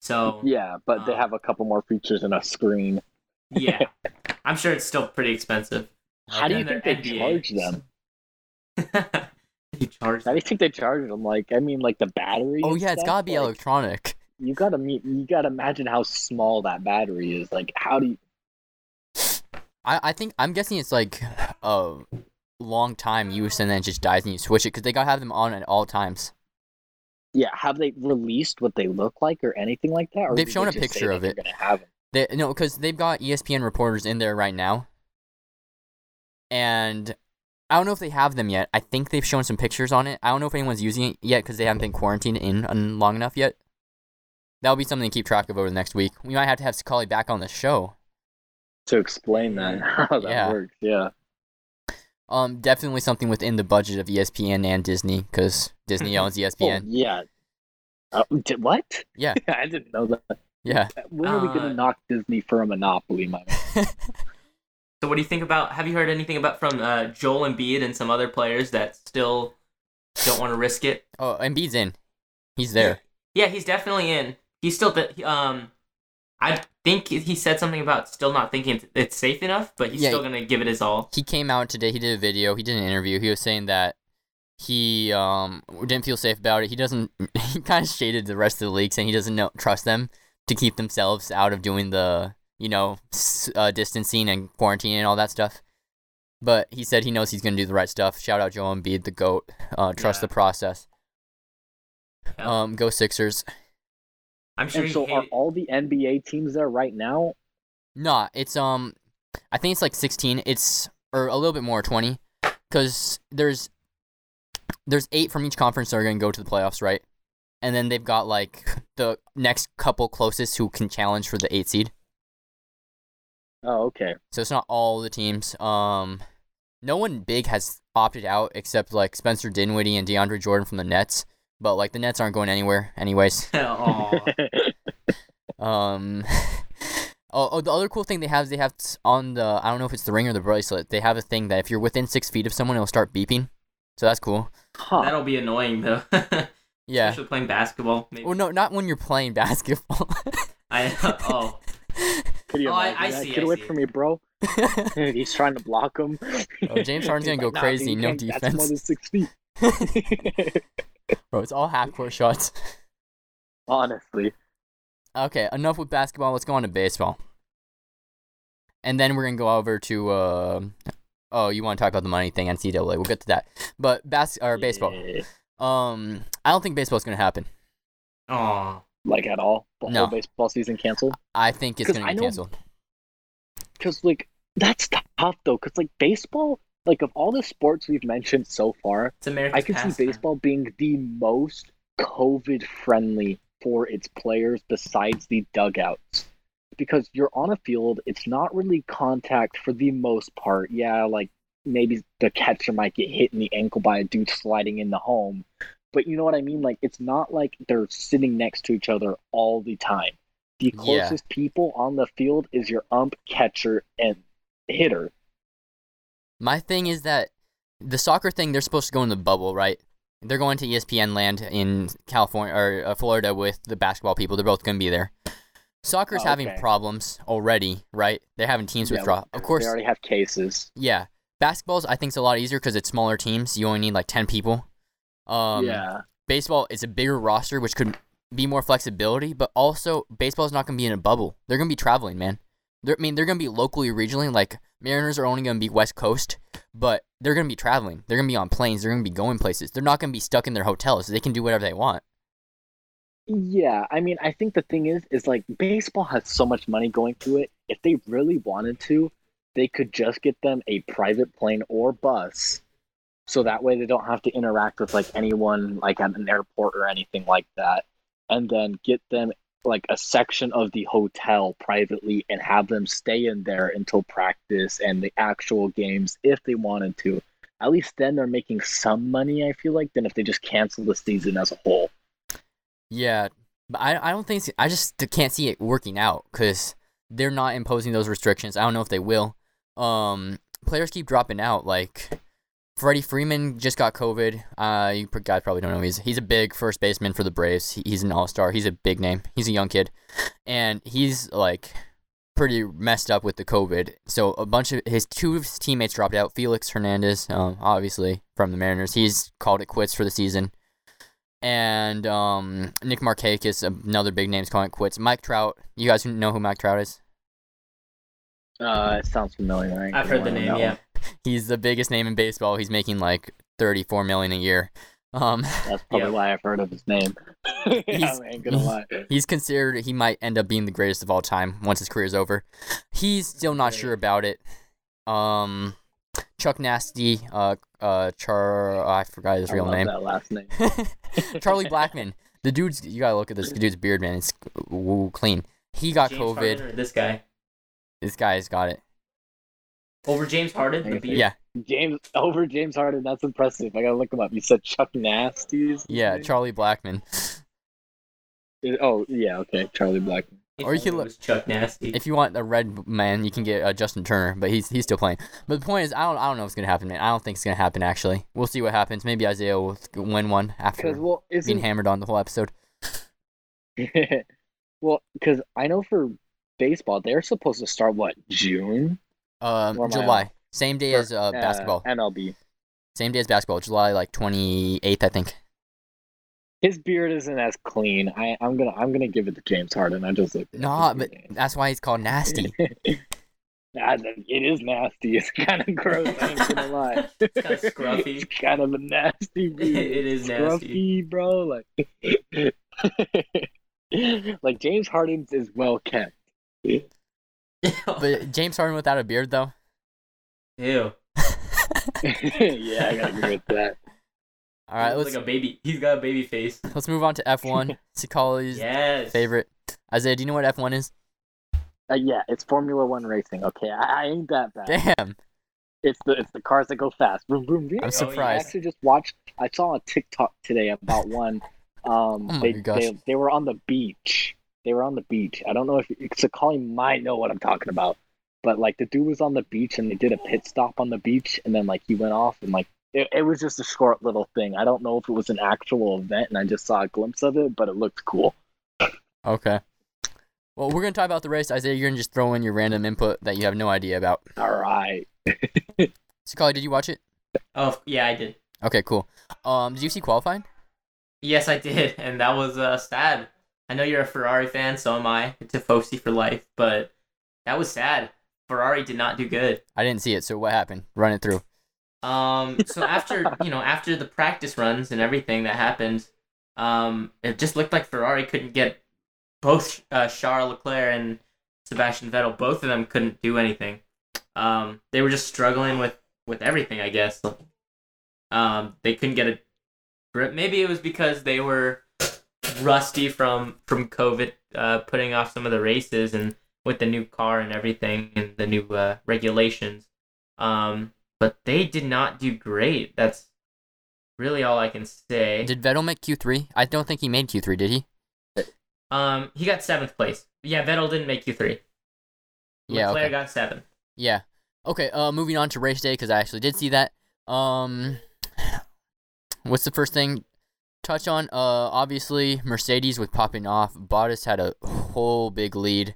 [SPEAKER 3] So
[SPEAKER 1] yeah, but they
[SPEAKER 3] Um,
[SPEAKER 1] have a couple more features and a screen.
[SPEAKER 3] yeah. I'm sure it's still pretty expensive.
[SPEAKER 1] How do you
[SPEAKER 3] And their
[SPEAKER 1] think they
[SPEAKER 3] NBA.
[SPEAKER 1] charge them?
[SPEAKER 3] you charge
[SPEAKER 1] How do you think they charge them? Like, I mean, like the battery.
[SPEAKER 2] Oh
[SPEAKER 1] and
[SPEAKER 2] yeah, it's
[SPEAKER 1] stuff?
[SPEAKER 2] gotta be
[SPEAKER 1] Like,
[SPEAKER 2] electronic.
[SPEAKER 1] You gotta meet. You gotta imagine how small that battery is. Like, how do you?
[SPEAKER 2] I, I think I'm guessing it's like a long time use and then it just dies and you switch it because they gotta have them on at all times.
[SPEAKER 1] Yeah, have they released what they look like or anything like that? Or
[SPEAKER 2] They've
[SPEAKER 1] did they
[SPEAKER 2] shown a
[SPEAKER 1] just say
[SPEAKER 2] picture
[SPEAKER 1] that
[SPEAKER 2] of
[SPEAKER 1] they're
[SPEAKER 2] it.
[SPEAKER 1] Gonna have 'em?
[SPEAKER 2] They no, because they've got E ESPN reporters in there right now, and I don't know if they have them yet. I think they've shown some pictures on it. I don't know if anyone's using it yet because they haven't been quarantined in un- long enough yet. That'll be something to keep track of over the next week. We might have to have Sakali back on the show.
[SPEAKER 1] to explain that how that
[SPEAKER 2] Yeah.
[SPEAKER 1] works. Yeah,
[SPEAKER 2] Um, definitely something within the budget of E ESPN and Disney because Disney owns E
[SPEAKER 1] Oh,
[SPEAKER 2] ESPN.
[SPEAKER 1] yeah. Uh, d- what?
[SPEAKER 2] Yeah.
[SPEAKER 1] I didn't know that.
[SPEAKER 2] Yeah.
[SPEAKER 1] When are we gonna
[SPEAKER 3] Uh,
[SPEAKER 1] knock Disney for a monopoly, my man?
[SPEAKER 3] So what do you think about? Have you heard anything about from uh, Joel Embiid and some other players that still don't want to risk it?
[SPEAKER 2] Oh, Embiid's in. He's there.
[SPEAKER 3] Yeah, he's definitely in. He's still the um. I think he said something about still not thinking it's safe enough, but he's
[SPEAKER 2] Yeah.
[SPEAKER 3] still gonna give it his all.
[SPEAKER 2] he came out today. He did a video. He did an interview. He was saying that he um didn't feel safe about it. He doesn't. He kind of shaded the rest of the league, saying he doesn't know, trust them to keep themselves out of doing the you know s- uh, distancing and quarantine and all that stuff. But he said he knows he's gonna do the right stuff. Shout out Joel Embiid, the goat. Uh, trust the
[SPEAKER 3] Yeah.
[SPEAKER 2] process.
[SPEAKER 3] Yeah.
[SPEAKER 2] Um, go Sixers.
[SPEAKER 3] I'm sure.
[SPEAKER 1] and
[SPEAKER 3] He
[SPEAKER 1] so, are
[SPEAKER 3] hated-
[SPEAKER 1] all the NBA teams there right now?
[SPEAKER 2] Nah, it's um, I think it's like sixteen. It's or a little bit more, twenty, because there's there's eight from each conference that are gonna go to the playoffs, right? And then they've got like the next couple closest who can challenge for the eight seed.
[SPEAKER 1] Oh, okay.
[SPEAKER 2] So it's not all the teams. Um, no one big has opted out except like Spencer Dinwiddie and DeAndre Jordan from the Nets. But like the Nets aren't going anywhere, anyways.
[SPEAKER 3] Aw.
[SPEAKER 2] Um. Oh, oh, the other cool thing they have is they have s- on the I don't know if it's the ring or the bracelet. They have a thing that if you're within six feet of someone, it'll start beeping. So that's cool.
[SPEAKER 1] Huh.
[SPEAKER 3] That'll be annoying though.
[SPEAKER 2] Yeah.
[SPEAKER 3] Especially playing basketball. Maybe.
[SPEAKER 2] Well, no, not when you're playing basketball.
[SPEAKER 3] I oh
[SPEAKER 1] Could you
[SPEAKER 3] Oh, I-
[SPEAKER 1] imagine
[SPEAKER 3] I
[SPEAKER 1] that?
[SPEAKER 3] see,
[SPEAKER 1] Get
[SPEAKER 3] I
[SPEAKER 1] away
[SPEAKER 3] see.
[SPEAKER 1] from me, bro. Dude, he's trying to block him.
[SPEAKER 2] Oh, James Harden's
[SPEAKER 1] He's
[SPEAKER 2] gonna go
[SPEAKER 1] "Nah,
[SPEAKER 2] crazy,
[SPEAKER 1] dude,
[SPEAKER 2] no
[SPEAKER 1] you can't. That's more
[SPEAKER 2] defense."
[SPEAKER 1] than six feet.
[SPEAKER 2] Bro, it's all half court shots.
[SPEAKER 1] Honestly,
[SPEAKER 2] Okay, enough with basketball. Let's go on to baseball. And then we're gonna go over to uh, oh, you want to talk about the money thing, NCAA? We'll get to that. But bas or baseball.
[SPEAKER 1] Yeah.
[SPEAKER 2] Um, I don't think baseball's gonna happen.
[SPEAKER 3] oh
[SPEAKER 1] like at all. The
[SPEAKER 2] No.
[SPEAKER 1] whole baseball season canceled.
[SPEAKER 2] I think it's
[SPEAKER 1] 'Cause
[SPEAKER 2] gonna
[SPEAKER 1] I
[SPEAKER 2] get
[SPEAKER 1] know-
[SPEAKER 2] canceled.
[SPEAKER 1] because like that's tough though because like baseball like of all the sports we've mentioned so far
[SPEAKER 3] it's American.
[SPEAKER 1] i could see baseball being the most covid friendly for its players besides the dugouts because you're on a field it's not really contact for the most part yeah like maybe the catcher might get hit in the ankle by a dude sliding in the home but you know what i mean like it's not like they're sitting next to each other all the time the
[SPEAKER 2] Yeah.
[SPEAKER 1] closest people on the field is your ump catcher and hitter
[SPEAKER 2] My thing is that the soccer thing, they're supposed to go in the bubble, right? They're going to E ESPN land in California or uh, Florida with the basketball people. They're both going to be there. Soccer's
[SPEAKER 1] Oh,
[SPEAKER 2] having
[SPEAKER 1] okay.
[SPEAKER 2] problems already, right? They're having teams
[SPEAKER 1] Yeah,
[SPEAKER 2] withdraw. Of course,
[SPEAKER 1] they already have cases
[SPEAKER 2] yeah. Basketball's I think is a lot easier because it's smaller teams. You only need like ten people. Um,
[SPEAKER 1] yeah
[SPEAKER 2] Baseball is a bigger roster, which could be more flexibility, but also baseball's not going to be in a bubble. They're going to be traveling, man. They're, I mean, they're going to be locally, regionally. Like Mariners are only going to be West Coast, but they're going to be traveling. They're going to be on planes. They're going to be going places. They're not going to be stuck in their hotels. They can do whatever they want.
[SPEAKER 1] Yeah, I mean, I think the thing is, is like baseball has so much money going to it. If they really wanted to, they could just get them a private plane or bus, so that way they don't have to interact with like anyone like at an airport or anything like that. And then get them like a section of the hotel privately and have them stay in there until practice and the actual games if they wanted to. At least then they're making some money, I feel like, than if they just cancel the season as a whole.
[SPEAKER 2] Yeah, but I, I don't think I just t- can't see it working out because they're not imposing those restrictions. I don't know if they will. Um, players keep dropping out. Like Freddie Freeman just got COVID. Uh, you pr- guys probably don't know he's he's a big first baseman for the Braves. He, he's an all star. He's a big name. He's a young kid, and he's like pretty messed up with the COVID. So a bunch of his two of his teammates dropped out. Felix Hernandez, um, obviously from the Mariners, he's called it quits for the season. And um, Nick Markakis, another big name's calling it quits. Mike Trout, you guys know who Mike Trout is?
[SPEAKER 1] Uh, it sounds familiar. I ain't
[SPEAKER 3] I've
[SPEAKER 1] gonna
[SPEAKER 3] heard the
[SPEAKER 1] lie,
[SPEAKER 3] name.
[SPEAKER 1] no.
[SPEAKER 3] Yeah,
[SPEAKER 2] He's the biggest name in baseball. He's making like thirty-four million a year. Um,
[SPEAKER 1] That's probably
[SPEAKER 3] Yeah.
[SPEAKER 1] why I've heard of his name. I
[SPEAKER 2] He's-
[SPEAKER 1] ain't gonna lie.
[SPEAKER 2] He's considered he might end up being the greatest of all time once his career's over. He's still not
[SPEAKER 3] Right.
[SPEAKER 2] sure about it. Um, Chuck Nasty, uh, uh, Char, I forgot his
[SPEAKER 1] I
[SPEAKER 2] real
[SPEAKER 1] love
[SPEAKER 2] name.
[SPEAKER 1] That last name.
[SPEAKER 2] Charlie Blackman. The dude's you gotta look at this dude's beard, man. It's woo clean. He got
[SPEAKER 3] James
[SPEAKER 2] COVID.
[SPEAKER 3] Harden or this guy
[SPEAKER 2] This guy's got it.
[SPEAKER 3] over James Harden. The beard?
[SPEAKER 2] Yeah,
[SPEAKER 1] James over James Harden. That's impressive. I gotta look him up. You said Chuck Nasty's.
[SPEAKER 2] yeah, Charlie Blackman.
[SPEAKER 1] oh yeah. Okay, Charlie Black.
[SPEAKER 3] If
[SPEAKER 2] Or you could
[SPEAKER 3] only it
[SPEAKER 2] look-
[SPEAKER 3] was Chuck Nasty.
[SPEAKER 2] If you want a red man, you can get uh, Justin Turner, but he's he's still playing. But the point is, I don't I don't know what's gonna happen, man. I don't think it's gonna happen. Actually, we'll see what happens. Maybe Isaiah will win one after.
[SPEAKER 1] Because well,
[SPEAKER 2] being
[SPEAKER 1] isn't
[SPEAKER 2] hammered on the whole episode.
[SPEAKER 1] well, because I know for baseball they're supposed to start what June
[SPEAKER 2] Um,
[SPEAKER 1] Where am I
[SPEAKER 2] July, same day
[SPEAKER 1] Or,
[SPEAKER 2] as uh, basketball.
[SPEAKER 1] MLB.
[SPEAKER 2] Same day as basketball. July like twenty eighth, I think.
[SPEAKER 1] His beard isn't as clean. I I'm gonna I'm gonna give it to James Harden. I just looked. at his
[SPEAKER 2] Nah,
[SPEAKER 1] beard.
[SPEAKER 2] but that's why he's called nasty.
[SPEAKER 1] Ah, the- it is nasty. It's kind of gross. I ain't gonna lie.
[SPEAKER 3] It's kinda scruffy.
[SPEAKER 1] It's kind of a nasty beard.
[SPEAKER 3] it is nasty.
[SPEAKER 1] scruffy, bro. Like, like James Harden is well kept.
[SPEAKER 2] but James Harden without a beard though.
[SPEAKER 3] Ew.
[SPEAKER 1] yeah, I gotta agree with that.
[SPEAKER 2] All right,
[SPEAKER 3] He looks
[SPEAKER 2] let's
[SPEAKER 3] like a baby. He's got a baby face.
[SPEAKER 2] let's move on to F one. Cicali's
[SPEAKER 3] Yes.
[SPEAKER 2] favorite. Isaiah, do you know what F one is?
[SPEAKER 1] Uh, yeah, it's Formula One racing. Okay, I, I ain't that bad.
[SPEAKER 2] Damn.
[SPEAKER 3] Oh,
[SPEAKER 1] It's the it's the cars that go fast. Vroom, vroom, vroom.
[SPEAKER 2] I'm
[SPEAKER 1] I
[SPEAKER 2] surprised.
[SPEAKER 1] actually just watched. I saw a TikTok today about one. Um,
[SPEAKER 2] Oh my
[SPEAKER 1] they,
[SPEAKER 2] gosh.
[SPEAKER 1] they they were on the beach. They were on the beach. I don't know if Sakali might know what I'm talking about, but like the dude was on the beach and they did a pit stop on the beach and then like he went off and like it, it was just a short little thing. I don't know if it was an actual event and I just saw a glimpse of it, but it looked cool.
[SPEAKER 2] Okay. Well, we're gonna talk about the race, Isaiah. You're gonna just throw in your random input that you have no idea about.
[SPEAKER 1] All right,
[SPEAKER 2] Cicali, did you watch it?
[SPEAKER 3] Oh yeah, I did.
[SPEAKER 2] Okay, cool. Um, did you see qualifying?
[SPEAKER 3] Yes, I did, and that was uh, sad. I know you're a Ferrari fan, so am I. It's a Foxy for life, but that was sad. Ferrari did not do good.
[SPEAKER 2] I didn't see it. So what happened? Run it through.
[SPEAKER 3] Um, so after you know, after the practice runs and everything that happened, um, it just looked like Ferrari couldn't get both uh, Charles Leclerc and Sebastian Vettel. Both of them couldn't do anything. Um, they were just struggling with with everything, I guess. Um, they couldn't get a grip. Maybe it was because they were rusty from from COVID, uh, putting off some of the races and with the new car and everything and the new uh, regulations. Um, but they did not do great. That's really all I can say.
[SPEAKER 2] Did Vettel make Q three? I don't think he made Q three. Did he?
[SPEAKER 3] um, he got seventh place. Yeah, Vettel didn't make Q three.
[SPEAKER 2] Yeah,
[SPEAKER 3] Leclerc
[SPEAKER 2] okay.
[SPEAKER 3] got seven.
[SPEAKER 2] Yeah. Okay. Uh, moving on to race day because I actually did see that. Um, what's the first thing touch on? Uh, obviously Mercedes was popping off. Bottas had a whole big lead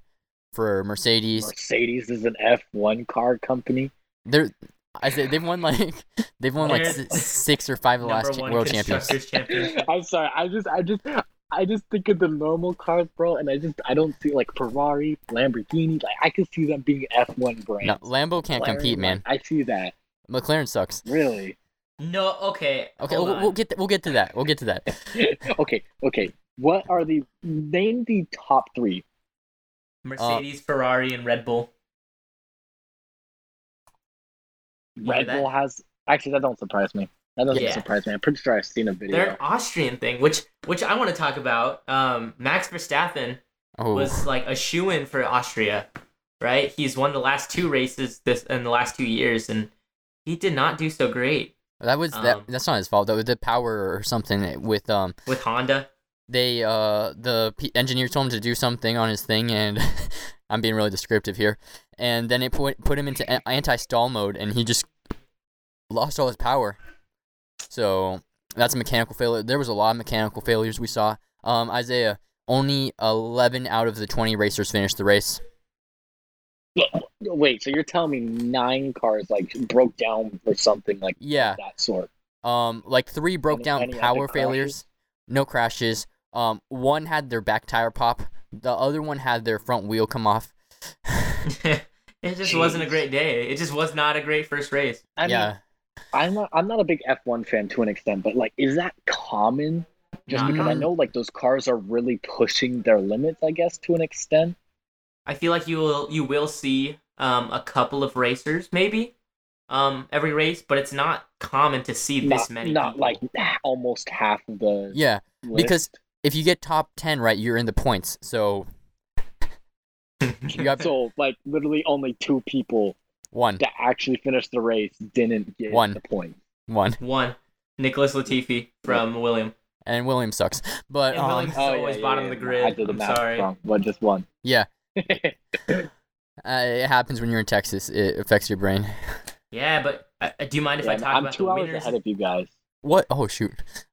[SPEAKER 2] for Mercedes.
[SPEAKER 1] Mercedes is an F1 car company.
[SPEAKER 2] They're I said they've won like they've won like
[SPEAKER 3] They're-
[SPEAKER 2] s- six or five of the
[SPEAKER 3] Number
[SPEAKER 2] last cha-
[SPEAKER 3] one
[SPEAKER 2] world champions.
[SPEAKER 3] constructors champions.
[SPEAKER 1] I'm sorry. I just, I just, I just think of the normal cars, bro, and I just, I don't see like Ferrari, Lamborghini. Like I can see them being F1 brands.
[SPEAKER 2] No, Lambo can't
[SPEAKER 1] McLaren,
[SPEAKER 2] compete, man.
[SPEAKER 1] like, I see that.
[SPEAKER 2] McLaren sucks.
[SPEAKER 1] Really.
[SPEAKER 3] No, okay.
[SPEAKER 2] Okay,
[SPEAKER 3] hold
[SPEAKER 2] we'll,
[SPEAKER 3] on.
[SPEAKER 2] we'll uh, get th- we'll get to that. We'll get to that.
[SPEAKER 1] okay. Okay. What are the name the top three?
[SPEAKER 3] Mercedes, Ferrari, and Red Bull. You
[SPEAKER 1] Red
[SPEAKER 3] hear that?
[SPEAKER 1] Bull has. Actually, that don't surprise me. That doesn't
[SPEAKER 3] Yeah.
[SPEAKER 1] surprise me. I'm pretty sure I've seen a video.
[SPEAKER 3] They're an Austrian thing, which which I want to talk about. Um, Max Verstappen
[SPEAKER 2] Oh,
[SPEAKER 3] was like a shoe in for Austria, right? He's won the last two races this in the last two years, and he did not do so great
[SPEAKER 2] that was
[SPEAKER 3] um,
[SPEAKER 2] that. That's not his fault though. The power or something with um
[SPEAKER 3] with Honda.
[SPEAKER 2] they uh the p- engineer told him to do something on his thing and I'm being really descriptive here and then it put put him into a- anti-stall mode and he just lost all his power so that's a mechanical failure there was a lot of mechanical failures we saw um Isaiah only 11 out of the 20 racers finished the race
[SPEAKER 1] Wait, so you're telling me nine cars like broke down or something like
[SPEAKER 2] Yeah.
[SPEAKER 1] that sort?
[SPEAKER 2] Um, like three broke
[SPEAKER 1] Any-
[SPEAKER 2] down
[SPEAKER 1] any other
[SPEAKER 2] power
[SPEAKER 1] crashes?
[SPEAKER 2] failures, no crashes. Um, one had their back tire pop. The other one had their front wheel come off.
[SPEAKER 3] it just wasn't a
[SPEAKER 1] Jeez.
[SPEAKER 3] great day. It just was not a great first race.
[SPEAKER 1] I mean,
[SPEAKER 2] yeah.
[SPEAKER 1] I'm not, I'm not a big F1 fan to an extent, but like, is that common? Just
[SPEAKER 3] Nah.
[SPEAKER 1] because I know like those cars are really pushing their limits, I guess to an extent.
[SPEAKER 3] I feel like you will you will see um, a couple of racers maybe um, every race, but it's not common to see this
[SPEAKER 1] Not,
[SPEAKER 3] many.
[SPEAKER 1] not
[SPEAKER 3] people.
[SPEAKER 1] like almost half of the
[SPEAKER 2] yeah.
[SPEAKER 1] list.
[SPEAKER 2] because if you get top 10 right you're in the points so you have
[SPEAKER 1] so like literally only two people
[SPEAKER 2] one
[SPEAKER 1] that actually finished the race didn't get
[SPEAKER 2] One.
[SPEAKER 1] the point.
[SPEAKER 2] one
[SPEAKER 3] one Nicholas Latifi from William.
[SPEAKER 2] and william sucks but
[SPEAKER 3] And
[SPEAKER 2] um,
[SPEAKER 3] Williams-
[SPEAKER 1] Oh,
[SPEAKER 3] always bottom of the grid.
[SPEAKER 1] I did the
[SPEAKER 3] I'm
[SPEAKER 1] math
[SPEAKER 3] sorry.
[SPEAKER 1] wrong, but just one.
[SPEAKER 2] yeah uh, it happens when you're in texas it affects your brain
[SPEAKER 3] Yeah, but uh, do you mind if
[SPEAKER 1] Yeah,
[SPEAKER 3] I
[SPEAKER 1] I'm-
[SPEAKER 3] talk
[SPEAKER 1] I'm
[SPEAKER 3] about
[SPEAKER 1] two
[SPEAKER 3] the
[SPEAKER 1] hours
[SPEAKER 3] winners?
[SPEAKER 1] ahead of you guys.
[SPEAKER 2] what oh shoot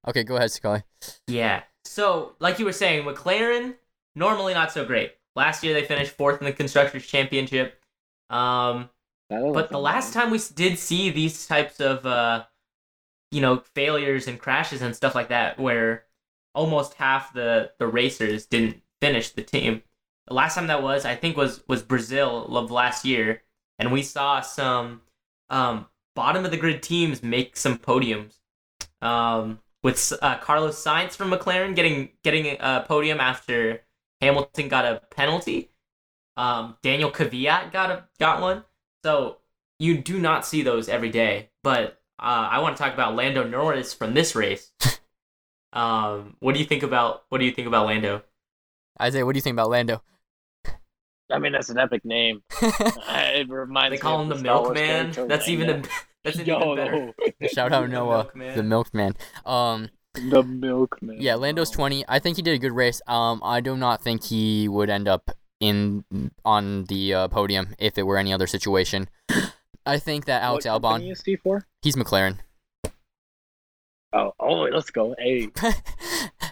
[SPEAKER 2] okay go ahead Scully.
[SPEAKER 3] Yeah. So, like you were saying, McLaren normally not so great. Last year they finished fourth in the constructors championship. Um,
[SPEAKER 1] That doesn't
[SPEAKER 3] but the
[SPEAKER 1] sound
[SPEAKER 3] last
[SPEAKER 1] right.
[SPEAKER 3] time we s- did see these types of, uh, you know, failures and crashes and stuff like that, where almost half the the racers didn't finish the team. The last time that was, I think, was was Brazil of last year, and we saw some um, bottom of the grid teams make some podiums. Um, with uh, Carlos Sainz from McLaren getting getting a podium after Hamilton got a penalty. Um, Daniel Kvyat got a got one. So you do not see those every day. But uh, I want to talk about Lando Norris from this race. um, what do you think about what do you think about Lando?
[SPEAKER 2] isaiah what do you think about lando
[SPEAKER 1] I mean, that's an epic name. it reminds
[SPEAKER 3] They
[SPEAKER 1] me
[SPEAKER 3] call
[SPEAKER 1] of
[SPEAKER 3] him the
[SPEAKER 1] Star Wars
[SPEAKER 3] Milkman.
[SPEAKER 1] character
[SPEAKER 3] That's even
[SPEAKER 1] Lando.
[SPEAKER 3] a, that's an
[SPEAKER 1] Yo,
[SPEAKER 3] even better.
[SPEAKER 2] shout out noah
[SPEAKER 3] Milkman.
[SPEAKER 2] the milkman um
[SPEAKER 1] the milkman.
[SPEAKER 2] yeah lando's 20 i think he did a good race um i do not think he would end up in on the uh, podium if it were any other situation i think that alex
[SPEAKER 1] what
[SPEAKER 2] albon
[SPEAKER 1] company Is he for?
[SPEAKER 2] He's McLaren.
[SPEAKER 1] Oh, oh, let's go. Hey,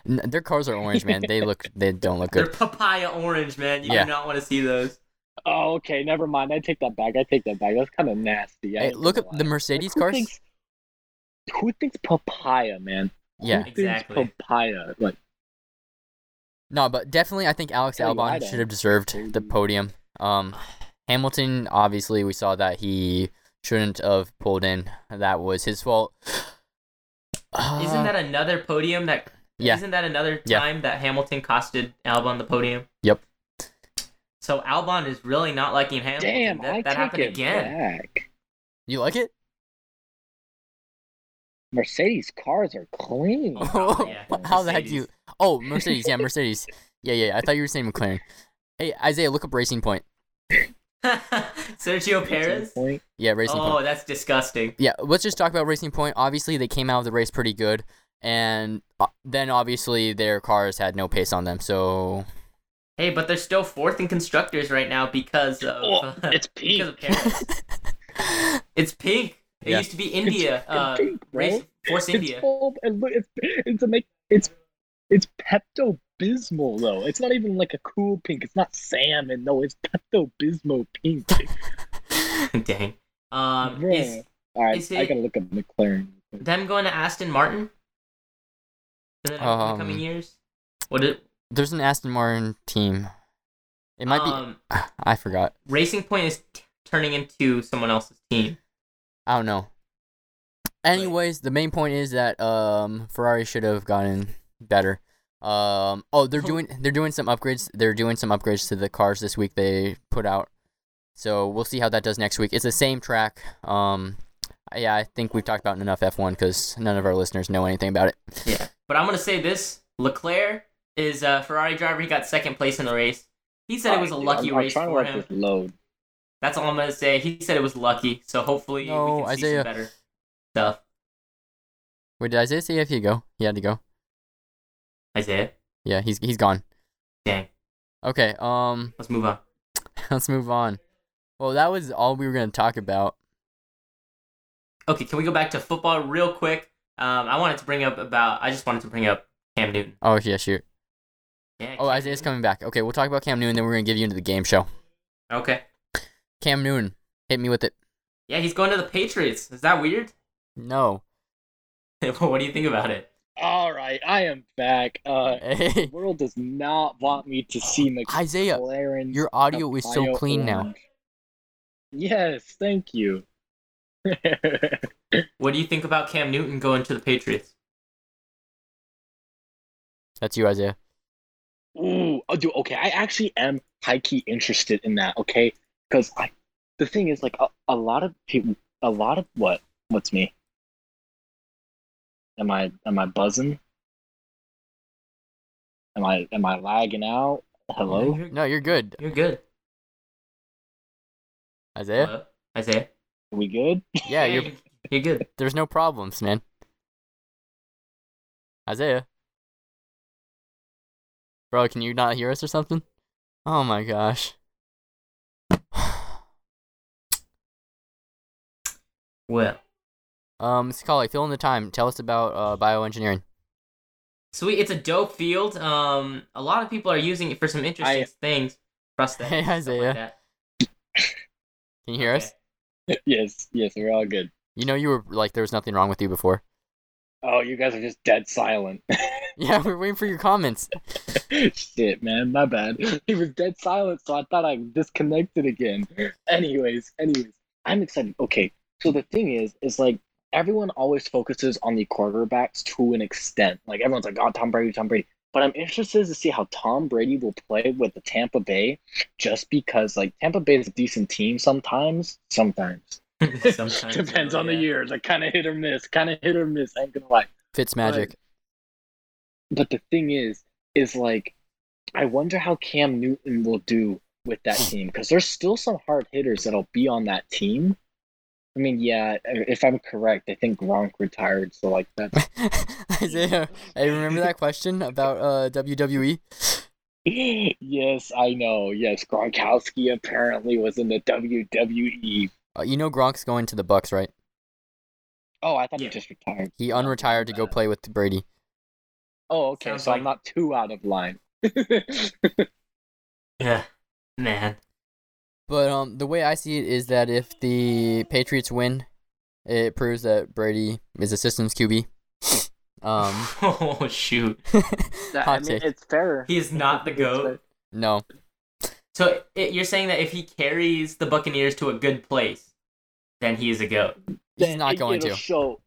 [SPEAKER 2] N- Their cars are orange, man. They look they don't look
[SPEAKER 3] They're
[SPEAKER 2] good.
[SPEAKER 3] papaya orange, man. You
[SPEAKER 2] Yeah.
[SPEAKER 3] do not want to see those.
[SPEAKER 1] oh, okay, never mind. I take that back. I take that back. That's kind of nasty. I
[SPEAKER 2] Hey,
[SPEAKER 1] ain't
[SPEAKER 2] look
[SPEAKER 1] gonna
[SPEAKER 2] at the
[SPEAKER 1] lie.
[SPEAKER 2] Mercedes
[SPEAKER 1] Who
[SPEAKER 2] cars.
[SPEAKER 1] thinks- who thinks papaya, man?
[SPEAKER 2] Yeah.
[SPEAKER 1] Who
[SPEAKER 3] Exactly.
[SPEAKER 1] thinks papaya? Like,
[SPEAKER 2] No, but definitely I think Alex
[SPEAKER 1] Tell you what, I
[SPEAKER 2] Albon
[SPEAKER 1] don't.
[SPEAKER 2] should have deserved the podium. Um Hamilton obviously we saw that he shouldn't have pulled in. That was his fault.
[SPEAKER 3] Isn't that another podium that
[SPEAKER 2] Uh. Yeah.
[SPEAKER 3] Isn't that another
[SPEAKER 2] Yeah.
[SPEAKER 3] time that Hamilton costed Albon the podium?
[SPEAKER 2] Yep.
[SPEAKER 3] So Albon is really not liking Hamilton.
[SPEAKER 1] damn,
[SPEAKER 3] that,
[SPEAKER 1] I
[SPEAKER 3] that
[SPEAKER 1] take
[SPEAKER 3] happened
[SPEAKER 1] it
[SPEAKER 3] again.
[SPEAKER 1] back.
[SPEAKER 2] you like it?
[SPEAKER 1] Mercedes cars are clean.
[SPEAKER 3] Oh, yeah.
[SPEAKER 2] How the heck do you
[SPEAKER 3] Mercedes.
[SPEAKER 2] Oh, Mercedes, yeah, Mercedes. yeah, yeah, I thought you were saying McLaren. Hey, Isaiah, look up Racing Point.
[SPEAKER 3] Sergio Perez.
[SPEAKER 1] Point.
[SPEAKER 2] Yeah, Racing Point.
[SPEAKER 3] Oh, that's disgusting.
[SPEAKER 2] yeah, let's just talk about Racing Point. Obviously, they came out of the race pretty good, and uh, then obviously their cars had no pace on them. So
[SPEAKER 3] Hey, but they're still fourth in constructors right now because of uh,
[SPEAKER 1] Oh, it's pink.
[SPEAKER 3] because of Perez. it's pink. It
[SPEAKER 2] Yeah.
[SPEAKER 3] used to be India.
[SPEAKER 1] It's
[SPEAKER 3] uh,
[SPEAKER 1] pink, bro.
[SPEAKER 3] race Force India.
[SPEAKER 1] It's full. And look, it's it's a make it's it's Pepto Bismol though. It's not even like a cool pink. It's not salmon. No, it's Pepto Bismol pink.
[SPEAKER 3] Dang. Um,
[SPEAKER 1] Bro.
[SPEAKER 3] is
[SPEAKER 1] All right,
[SPEAKER 3] Is
[SPEAKER 1] I
[SPEAKER 3] it-
[SPEAKER 1] gotta look up McLaren.
[SPEAKER 3] them going to Aston Martin in the, in the coming
[SPEAKER 2] Um,
[SPEAKER 3] years? What it
[SPEAKER 2] there's an Aston Martin team. It might
[SPEAKER 3] um,
[SPEAKER 2] be. I forgot.
[SPEAKER 3] Racing Point is t- turning into someone else's team.
[SPEAKER 2] I don't know. Anyways, the main point is that um Ferrari should have gotten better. Um oh they're doing they're doing some upgrades. They're doing some upgrades to the cars this week they put out. So we'll see how that does next week. It's the same track. Um yeah, I think we've talked about enough F1 cuz none of our listeners know anything about it.
[SPEAKER 3] Yeah. But I'm gonna say this: Leclerc is a Ferrari driver. He got second place in the race. He said it was a lucky
[SPEAKER 1] I'm, I'm
[SPEAKER 3] race
[SPEAKER 1] trying to
[SPEAKER 3] for
[SPEAKER 1] work
[SPEAKER 3] him.
[SPEAKER 1] this load.
[SPEAKER 3] That's all I'm gonna say. He said it was lucky. So hopefully
[SPEAKER 2] No,
[SPEAKER 3] we can see
[SPEAKER 2] Isaiah.
[SPEAKER 3] some better stuff.
[SPEAKER 2] Wait, did Isaiah say if he go? He had to go.
[SPEAKER 3] Isaiah,
[SPEAKER 2] Yeah, he's he's gone.
[SPEAKER 3] dang,
[SPEAKER 2] Okay, um
[SPEAKER 3] let's move on.
[SPEAKER 2] let's move on. Well, that was all we were going to talk about.
[SPEAKER 3] Okay, can we go back to football real quick? Um, I wanted to bring up about. I just wanted to bring up Cam Newton.
[SPEAKER 2] Oh, yeah, shoot.
[SPEAKER 3] Yeah.
[SPEAKER 2] Oh,
[SPEAKER 3] Cam
[SPEAKER 2] Isaiah's
[SPEAKER 3] Newton.
[SPEAKER 2] coming back. Okay, we'll talk about Cam Newton, then we're gonna give you into the game show.
[SPEAKER 3] Okay.
[SPEAKER 2] Cam Newton. Hit me with it.
[SPEAKER 3] Yeah, he's going to the Patriots. Is that weird?
[SPEAKER 2] No.
[SPEAKER 3] what do you think about it?
[SPEAKER 1] All right, I am back. Uh, the
[SPEAKER 2] Hey,
[SPEAKER 1] world does not want me to see McLaren.
[SPEAKER 2] Isaiah, your audio is so
[SPEAKER 1] Tapio
[SPEAKER 2] clean now.
[SPEAKER 1] orange. Yes, thank you.
[SPEAKER 3] What do you think about Cam Newton going to the Patriots?
[SPEAKER 2] That's you, Isaiah.
[SPEAKER 1] Ooh, oh, dude. Okay, I actually am high key interested in that. Okay, because I, the thing is, like, a, a lot of people, a lot of what? What's me? Am I am I buzzing? Am I am I lagging out? Hello.
[SPEAKER 3] You're,
[SPEAKER 2] No, you're good,
[SPEAKER 3] you're good.
[SPEAKER 2] Isaiah.
[SPEAKER 3] Hello? Isaiah?
[SPEAKER 1] Are we good?
[SPEAKER 2] Yeah, you're.
[SPEAKER 3] you're good.
[SPEAKER 2] There's no problems, man. Isaiah, bro, can you not hear us or something? Oh my gosh.
[SPEAKER 3] Well,
[SPEAKER 2] Um, Scully, fill in the time. Tell us about uh, bioengineering.
[SPEAKER 3] sweet. It's a dope field. Um, a lot of people are using it for some interesting
[SPEAKER 1] I-
[SPEAKER 3] things. Prosthetics.
[SPEAKER 2] Hey,
[SPEAKER 3] stuff like
[SPEAKER 2] Isaiah.
[SPEAKER 3] that.
[SPEAKER 2] Can you hear
[SPEAKER 3] Okay.
[SPEAKER 2] us?
[SPEAKER 1] yes, yes, we're all good.
[SPEAKER 2] You know you were like there was nothing wrong with you before.
[SPEAKER 1] Oh, you guys are just dead silent.
[SPEAKER 2] Yeah, we we're waiting for your comments.
[SPEAKER 1] Shit, man, my bad. It was dead silent, so I thought I disconnected again. Anyways, anyways, I'm excited. Okay, so the thing is, is like everyone always focuses on the quarterbacks to an extent. Like everyone's like, "Oh, Tom Brady, Tom Brady." But I'm interested to see how Tom Brady will play with the Tampa Bay, just because like Tampa Bay is a decent team sometimes. Sometimes
[SPEAKER 3] Sometimes,
[SPEAKER 1] depends
[SPEAKER 3] uh,
[SPEAKER 1] on the
[SPEAKER 3] yeah.
[SPEAKER 1] year. Like kind of hit or miss. Kind of hit or miss. I ain't gonna lie
[SPEAKER 2] Fitz magic.
[SPEAKER 1] but the thing is, is like, I wonder how Cam Newton will do with that
[SPEAKER 3] Hmm.
[SPEAKER 1] team because there's still some hard hitters that'll be on that team. I mean, yeah, if I'm correct, I think Gronk retired, so like that's
[SPEAKER 2] Isaiah, hey, remember that question about uh, WWE?
[SPEAKER 1] yes, I know. Yes, Gronkowski apparently was in the E. WWE.
[SPEAKER 2] Uh, you know Gronk's going to the Bucks, right?
[SPEAKER 1] Oh, I thought
[SPEAKER 3] Yeah.
[SPEAKER 1] he just retired.
[SPEAKER 2] He unretired to go play with Brady.
[SPEAKER 1] Oh, okay,
[SPEAKER 3] Sounds
[SPEAKER 1] so I'm
[SPEAKER 3] like-
[SPEAKER 1] not too out of line.
[SPEAKER 3] Yeah, man.
[SPEAKER 2] But um, the way I see it is that if the Patriots win, it proves that Brady is a systems QB. Um,
[SPEAKER 3] oh shoot,
[SPEAKER 1] I
[SPEAKER 2] hot
[SPEAKER 1] mean,
[SPEAKER 2] take.
[SPEAKER 1] it's fair.
[SPEAKER 3] he is not the goat.
[SPEAKER 2] No,
[SPEAKER 3] So it, you're saying that if he carries the Buccaneers to a good place, then he is a goat.
[SPEAKER 2] he's
[SPEAKER 1] then
[SPEAKER 2] not
[SPEAKER 1] it-
[SPEAKER 2] going
[SPEAKER 1] it'll
[SPEAKER 2] to.
[SPEAKER 1] Show.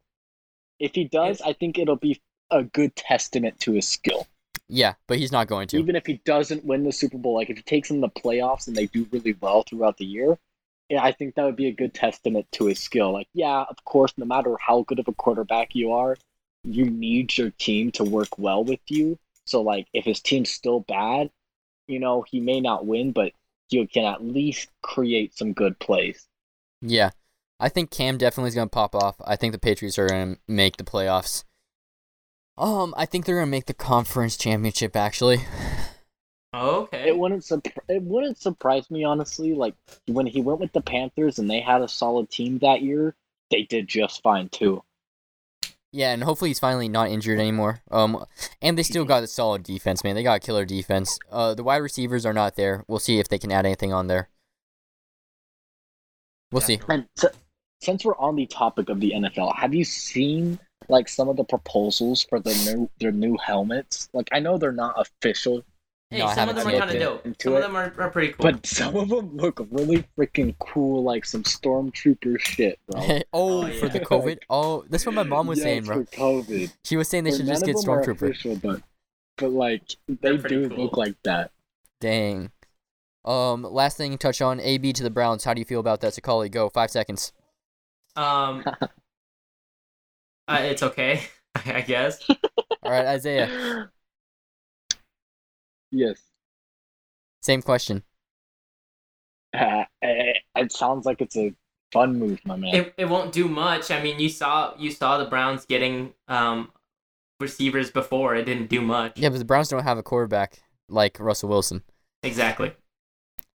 [SPEAKER 1] If he does, I think it'll be a good testament to his skill.
[SPEAKER 2] Yeah, but he's not going to.
[SPEAKER 1] Even if he doesn't win the Super Bowl, like if he takes them to the playoffs and they do really well throughout the year, yeah, I think that would be a good testament to his skill. Like, yeah, of course, no matter how good of a quarterback you are, you need your team to work well with you. So, like, if his team's still bad, you know, he may not win, but you can at least create some good plays.
[SPEAKER 2] Yeah, I think Cam definitely is going to pop off. I think the Patriots are going to make the playoffs. Um, I think they're going to make the conference championship. Actually,
[SPEAKER 3] Okay.
[SPEAKER 1] It wouldn't surp- it wouldn't surprise me honestly. Like when he went with the Panthers and they had a solid team that year, they did just fine too.
[SPEAKER 2] yeah, and hopefully he's finally not injured anymore. Um, and they still got a solid defense, man. They got killer defense. Uh, the wide receivers are not there. We'll see if they can add anything on there. We'll see.
[SPEAKER 1] And s- since we're on the topic of the NFL, have you seen like some of the proposals for the new their new helmets? Like I know they're not official,
[SPEAKER 3] Hey,
[SPEAKER 2] No, I
[SPEAKER 3] some
[SPEAKER 2] haven't
[SPEAKER 3] of them are
[SPEAKER 2] seen
[SPEAKER 3] kind of
[SPEAKER 2] it.
[SPEAKER 3] dope.
[SPEAKER 1] Into
[SPEAKER 3] Some
[SPEAKER 1] it.
[SPEAKER 3] of them are, are pretty cool.
[SPEAKER 2] Oh.
[SPEAKER 1] but some of them look really freaking cool, like some stormtrooper shit, bro.
[SPEAKER 2] oh, for
[SPEAKER 3] yeah.
[SPEAKER 2] the COVID. Oh, that's what my mom was
[SPEAKER 1] Yes,
[SPEAKER 2] saying,
[SPEAKER 1] for
[SPEAKER 2] bro.
[SPEAKER 1] COVID.
[SPEAKER 2] She was saying they should
[SPEAKER 1] None
[SPEAKER 2] just
[SPEAKER 1] of
[SPEAKER 2] get
[SPEAKER 1] them are
[SPEAKER 2] Stormtrooper.
[SPEAKER 1] official, but but like they
[SPEAKER 3] They're pretty
[SPEAKER 1] do
[SPEAKER 3] cool.
[SPEAKER 1] look like that.
[SPEAKER 2] Dang. Um, last thing to touch on AB to the Browns. How do you feel about that, Sakali? Go five seconds.
[SPEAKER 3] Um, uh, it's okay, I guess.
[SPEAKER 2] All right, Isaiah.
[SPEAKER 1] Yes.
[SPEAKER 2] Same question.
[SPEAKER 1] Uh, it, it sounds like it's a fun move, my man.
[SPEAKER 3] It, it won't do much. I mean, you saw you saw the Browns getting um receivers before. It didn't do much.
[SPEAKER 2] Yeah, but the Browns don't have a quarterback like Russell Wilson.
[SPEAKER 3] Exactly.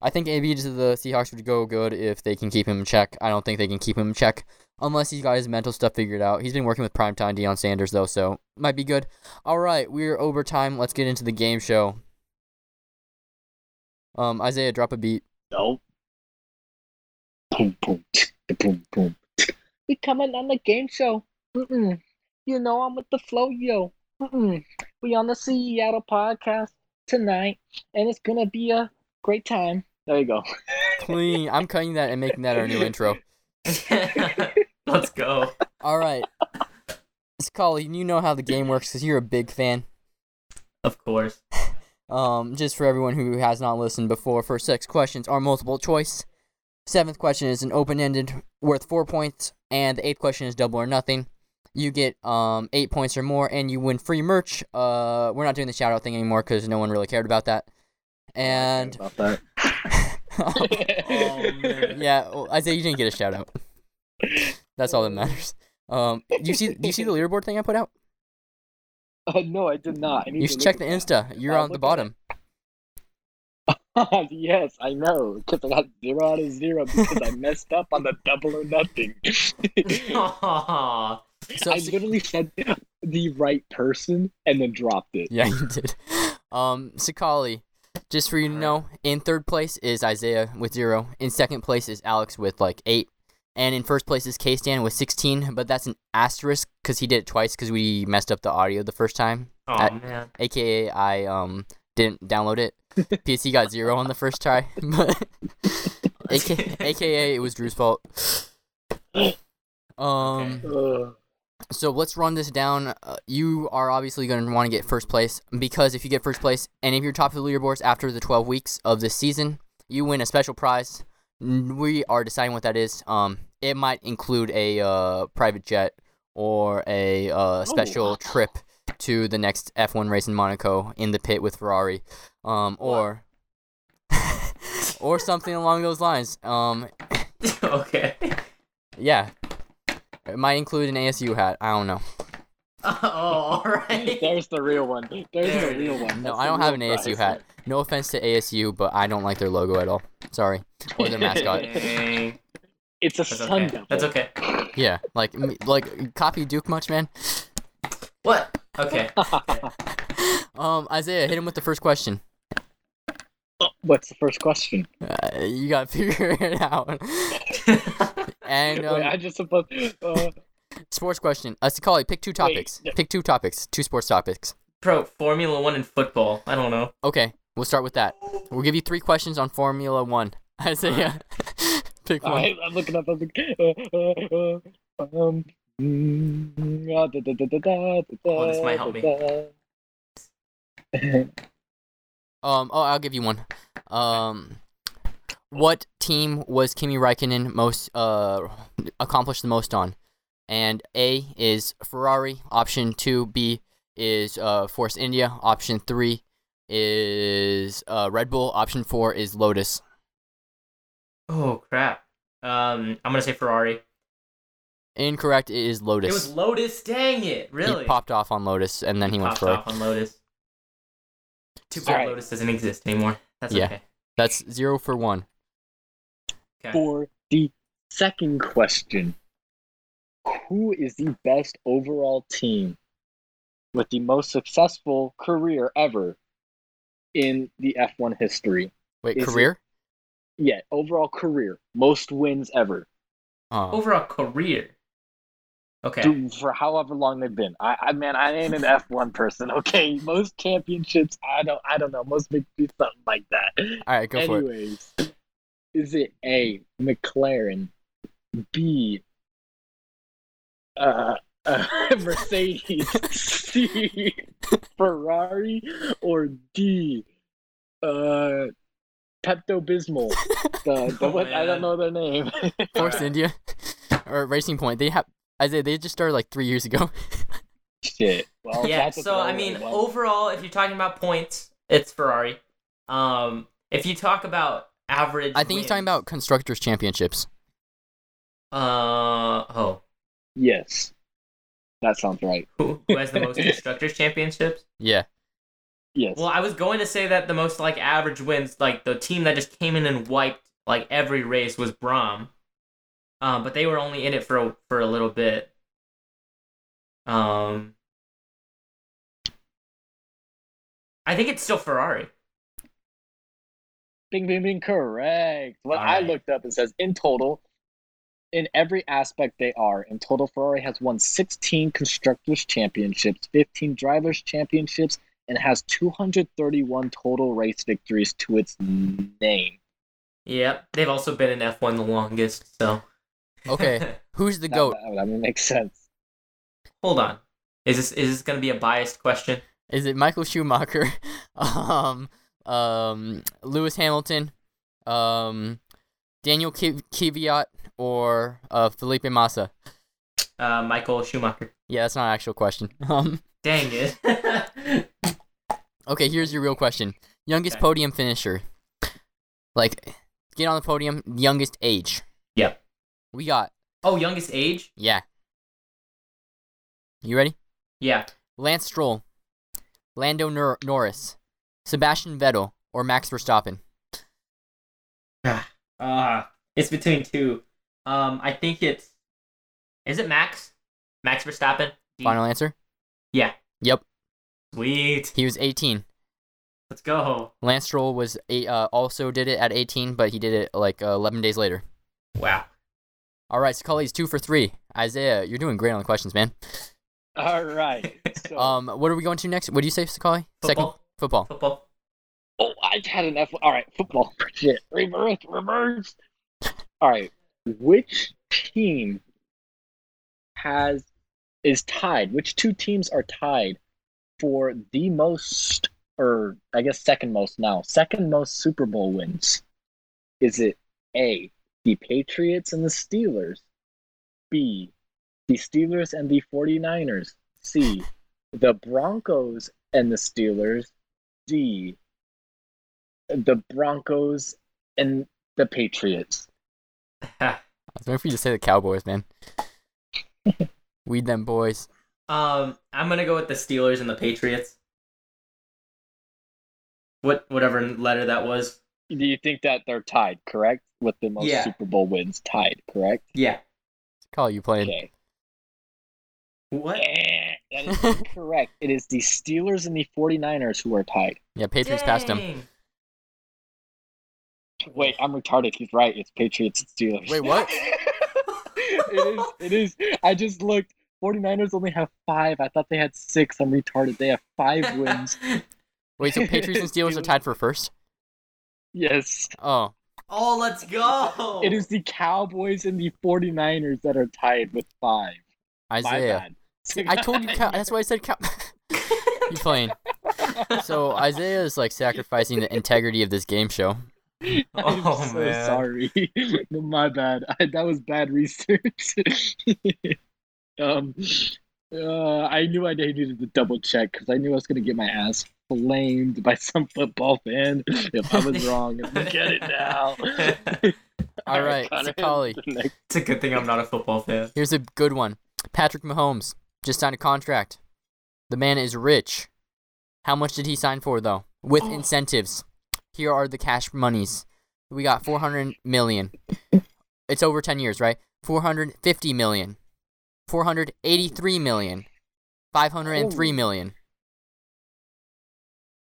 [SPEAKER 2] I think AB to the Seahawks would go good if they can keep him in check. I don't think they can keep him in check unless he's got his mental stuff figured out. He's been working with primetime Deion Sanders though, so might be good. All right, we're over time. Let's get into the game show. Um, Isaiah, drop a beat.
[SPEAKER 1] Nope. boom, boom, tsk, boom, boom. tsk. We coming on the game show. Mm-mm. You know I'm with the flow, yo. Mm-mm. We on the Seattle podcast tonight, and it's gonna be a great time. There you go.
[SPEAKER 2] Clean. I'm cutting that and making that our new intro.
[SPEAKER 3] Let's go.
[SPEAKER 2] All right. Scully, you know how the game works because you're a big fan.
[SPEAKER 3] Of course.
[SPEAKER 2] Um, just for everyone who has not listened before, first six questions are multiple choice. Seventh question is an open ended worth four points, and the eighth question is double or nothing. You get um eight points or more, and you win free merch. Uh, we're not doing the shout out thing anymore because no one really cared about that. And
[SPEAKER 1] About that.
[SPEAKER 2] Um,
[SPEAKER 3] Oh, man.
[SPEAKER 2] yeah, well, Isaiah, you didn't get a shout out. That's all that matters. Um, do you see, do you see the leaderboard thing I put out?
[SPEAKER 1] Uh, no, I did not. I need
[SPEAKER 2] You
[SPEAKER 1] to
[SPEAKER 2] should check the
[SPEAKER 1] look
[SPEAKER 2] Insta. You're
[SPEAKER 1] I'll
[SPEAKER 2] on the
[SPEAKER 1] look at
[SPEAKER 2] bottom.
[SPEAKER 1] at that. yes, I know. Because I got zero out of zero because I messed up on the double or nothing.
[SPEAKER 3] Aw.
[SPEAKER 2] So,
[SPEAKER 1] I literally said the right person and then dropped it.
[SPEAKER 2] yeah, you did. Um, Sakali, just for you to know, in third place is Isaiah with zero. In second place is Alex with like eight, and in first place is K Stan with sixteen. But that's an asterisk because he did it twice because we messed up the audio the first time,
[SPEAKER 3] Aw, man.
[SPEAKER 2] aka I um didn't download it. PC got zero on the first try, but aka, AKA it was Drew's fault. Um.
[SPEAKER 1] Ugh.
[SPEAKER 2] So let's run this down. Uh, you are obviously going to want to get first place because if you get first place and if you're top of the leaderboards after the 12 weeks of this season, you win a special prize. N- We are deciding what that is. Um, it might include a uh, private jet or a uh, special trip to the next F1 race in Monaco in the pit with Ferrari, um, or or something along those lines. Um,
[SPEAKER 3] okay.
[SPEAKER 2] yeah, it might include an ASU hat. I don't know.
[SPEAKER 3] Oh, all right.
[SPEAKER 1] There's the real one. There's
[SPEAKER 3] There
[SPEAKER 1] the
[SPEAKER 3] it
[SPEAKER 1] real
[SPEAKER 3] is.
[SPEAKER 1] one.
[SPEAKER 2] No,
[SPEAKER 1] That's
[SPEAKER 2] I
[SPEAKER 1] the
[SPEAKER 2] don't have an
[SPEAKER 1] real
[SPEAKER 2] ASU
[SPEAKER 1] prize.
[SPEAKER 2] hat. No offense to ASU, but I don't like their logo at all. Sorry, or their mascot.
[SPEAKER 3] Dang.
[SPEAKER 1] It's a
[SPEAKER 3] That's
[SPEAKER 1] sun
[SPEAKER 3] okay.
[SPEAKER 1] devil.
[SPEAKER 3] That's okay.
[SPEAKER 2] Yeah, like m- like copy Duke much, man.
[SPEAKER 3] What? Okay.
[SPEAKER 2] Um, Isaiah, hit him with the first question.
[SPEAKER 1] What's the first question?
[SPEAKER 2] Uh, you gotta figure it out. and
[SPEAKER 1] Wait, I
[SPEAKER 2] um,
[SPEAKER 1] just supposed. Uh,
[SPEAKER 2] sports question. Uh, Sakali, pick two topics.
[SPEAKER 1] Wait.
[SPEAKER 2] Pick two topics. Two sports topics.
[SPEAKER 3] Pro Formula One and football. I don't know.
[SPEAKER 2] Okay, we'll start with that. We'll give you three questions on Formula One. Isaiah, pick one.
[SPEAKER 1] I, I'm looking up. I'm looking, uh, uh, uh, um, mm, uh, da, da, da, da, da,
[SPEAKER 3] Oh, this might help me.
[SPEAKER 2] Um, oh, I'll give you one. Um, what team was Kimi Räikkönen most uh accomplished the most on? And A is Ferrari. Option two B is uh Force India. Option three is uh Red Bull. Option four is Lotus.
[SPEAKER 3] Oh crap. Um, I'm gonna say Ferrari.
[SPEAKER 2] Incorrect. It is Lotus.
[SPEAKER 3] It was Lotus. Dang it! Really?
[SPEAKER 2] He popped off on Lotus, and then he went
[SPEAKER 3] Popped
[SPEAKER 2] Ferrari.
[SPEAKER 3] off on Lotus. Too bad
[SPEAKER 1] Alright.
[SPEAKER 3] Lotus doesn't exist anymore. That's
[SPEAKER 2] Yeah.
[SPEAKER 3] okay.
[SPEAKER 2] That's zero for one.
[SPEAKER 3] okay.
[SPEAKER 1] For the second question, who is the best overall team with the most successful career ever in the F1 history?
[SPEAKER 2] Wait,
[SPEAKER 1] Is it-
[SPEAKER 2] career?
[SPEAKER 1] Yeah, overall career, most wins ever.
[SPEAKER 2] Oh.
[SPEAKER 3] Overall career. Okay.
[SPEAKER 1] Do- for however long they've been. I, I man, I ain't an F one person. Okay, most championships, I don't, I don't know. Most make do something like that.
[SPEAKER 2] All right, go for it.
[SPEAKER 1] Anyways, is it A. McLaren, B. Uh, uh, Mercedes, C. Ferrari, or D. Uh, Pepto Bismol. The, the
[SPEAKER 3] Oh,
[SPEAKER 1] one- I don't
[SPEAKER 3] man.
[SPEAKER 1] know their name.
[SPEAKER 2] Force India or Racing Point. They have Isaiah. They just started like three years ago.
[SPEAKER 1] Shit. Well,
[SPEAKER 3] yeah.
[SPEAKER 1] that's a
[SPEAKER 3] So I
[SPEAKER 1] throwaway
[SPEAKER 3] mean,
[SPEAKER 1] one.
[SPEAKER 3] overall, if you're talking about points, it's Ferrari. Um, if you talk about average,
[SPEAKER 2] I think he's talking
[SPEAKER 3] wins,
[SPEAKER 2] about constructors championships.
[SPEAKER 3] Uh oh.
[SPEAKER 1] Yes. That sounds right.
[SPEAKER 3] Who, who has the most constructors championships?
[SPEAKER 2] Yeah.
[SPEAKER 1] Yes.
[SPEAKER 3] Well, I was going to say that the most like average wins, like the team that just came in and wiped like every race was Brom. Um, but they were only in it for a, for a little bit. Um, I think it's still Ferrari.
[SPEAKER 1] Bing, bing, bing. Correct. What
[SPEAKER 3] All
[SPEAKER 1] I
[SPEAKER 3] right.
[SPEAKER 1] looked up, it says in total, in every aspect they are. In total, Ferrari has won 16 constructors championships, 15 drivers championships, and has 231 total race victories to its name.
[SPEAKER 3] Yep. They've also been in F1 the longest, so.
[SPEAKER 2] Okay, who's the
[SPEAKER 1] That-
[SPEAKER 2] goat?
[SPEAKER 1] That, that makes sense.
[SPEAKER 3] Hold on. Is this is this gonna be a biased question?
[SPEAKER 2] Is it Michael Schumacher? um, um, Lewis Hamilton, um, Daniel Ki- Kvyat, or uh, Felipe Massa?
[SPEAKER 3] Uh, Michael Schumacher.
[SPEAKER 2] Yeah, that's not an actual question. Um,
[SPEAKER 3] Dang it.
[SPEAKER 2] okay, here's your real question: youngest
[SPEAKER 3] Okay.
[SPEAKER 2] podium finisher. Like, get on the podium. Youngest age.
[SPEAKER 3] Yep.
[SPEAKER 2] We got
[SPEAKER 3] oh, youngest age?
[SPEAKER 2] yeah. You ready?
[SPEAKER 3] Yeah.
[SPEAKER 2] Lance Stroll, Lando Nor- Norris, Sebastian Vettel, or Max Verstappen.
[SPEAKER 3] Uh it's between two. Um, I think it's. Is it Max? Max Verstappen.
[SPEAKER 2] Final answer.
[SPEAKER 3] Yeah.
[SPEAKER 2] Yep.
[SPEAKER 3] Sweet.
[SPEAKER 2] He was 18.
[SPEAKER 3] Let's go.
[SPEAKER 2] Lance Stroll was eight, uh, also did it at 18, but he did it like uh, 11 days later.
[SPEAKER 3] Wow.
[SPEAKER 2] All right, Scully's two for three. Isaiah, you're doing great on the questions, man.
[SPEAKER 1] All right. So,
[SPEAKER 2] Um, what are we going to next? What do you say, Scully? Second football.
[SPEAKER 3] Football. Football.
[SPEAKER 1] oh, I had an F. All right, football. Shit. Reverse, reverse. All right. Which team has is tied? Which two teams are tied for the most, or I guess second most now, second most Super Bowl wins? Is it A, the Patriots and the Steelers? B, the Steelers and the 49ers? C, the Broncos and the Steelers? D, the Broncos and the Patriots.
[SPEAKER 2] I was waiting for you to say the Cowboys, man. Weed them boys.
[SPEAKER 3] Um, I'm gonna go with the Steelers and the Patriots. What whatever letter that was.
[SPEAKER 1] Do you think that they're tied, correct? With the most
[SPEAKER 3] Yeah.
[SPEAKER 1] Super Bowl wins tied, correct?
[SPEAKER 3] Yeah.
[SPEAKER 2] Call you playing.
[SPEAKER 1] Okay.
[SPEAKER 3] What?
[SPEAKER 1] Eh, That is incorrect. It is the Steelers and the 49ers who are tied.
[SPEAKER 2] Yeah, Patriots passed him.
[SPEAKER 3] Dang.
[SPEAKER 1] Wait, I'm retarded. He's right. It's Patriots and Steelers.
[SPEAKER 2] Wait, what?
[SPEAKER 1] it is. It is. I just looked. 49ers only have five. I thought they had six. I'm retarded. They have five wins.
[SPEAKER 2] Wait, so Patriots and Steelers are
[SPEAKER 1] Steelers.
[SPEAKER 2] tied for first?
[SPEAKER 1] yes.
[SPEAKER 2] Oh,
[SPEAKER 3] oh, let's go.
[SPEAKER 1] It is the Cowboys and the 49ers that are tied with five.
[SPEAKER 2] Isaiah.
[SPEAKER 1] My bad.
[SPEAKER 2] I told you. Cow- that's why I said cow. you playing? So Isaiah is like sacrificing the integrity of this game show.
[SPEAKER 1] I'm
[SPEAKER 3] Oh,
[SPEAKER 1] so
[SPEAKER 3] man.
[SPEAKER 1] sorry. No, my bad. I, that was bad research. um, uh, I knew I needed to double check because I knew I was gonna get my ass flamed by some football fan if I was wrong. Look at it now.
[SPEAKER 2] All right, Sakali.
[SPEAKER 1] Next-
[SPEAKER 3] It's a good thing I'm not a football fan.
[SPEAKER 2] Here's a good one. Patrick Mahomes just signed a contract. The man is rich. How much did he sign for though? With incentives. Here are the cash monies. We got 400 million. It's over 10 years, right? 450 million. 483 million. 503
[SPEAKER 1] Oh.
[SPEAKER 2] million.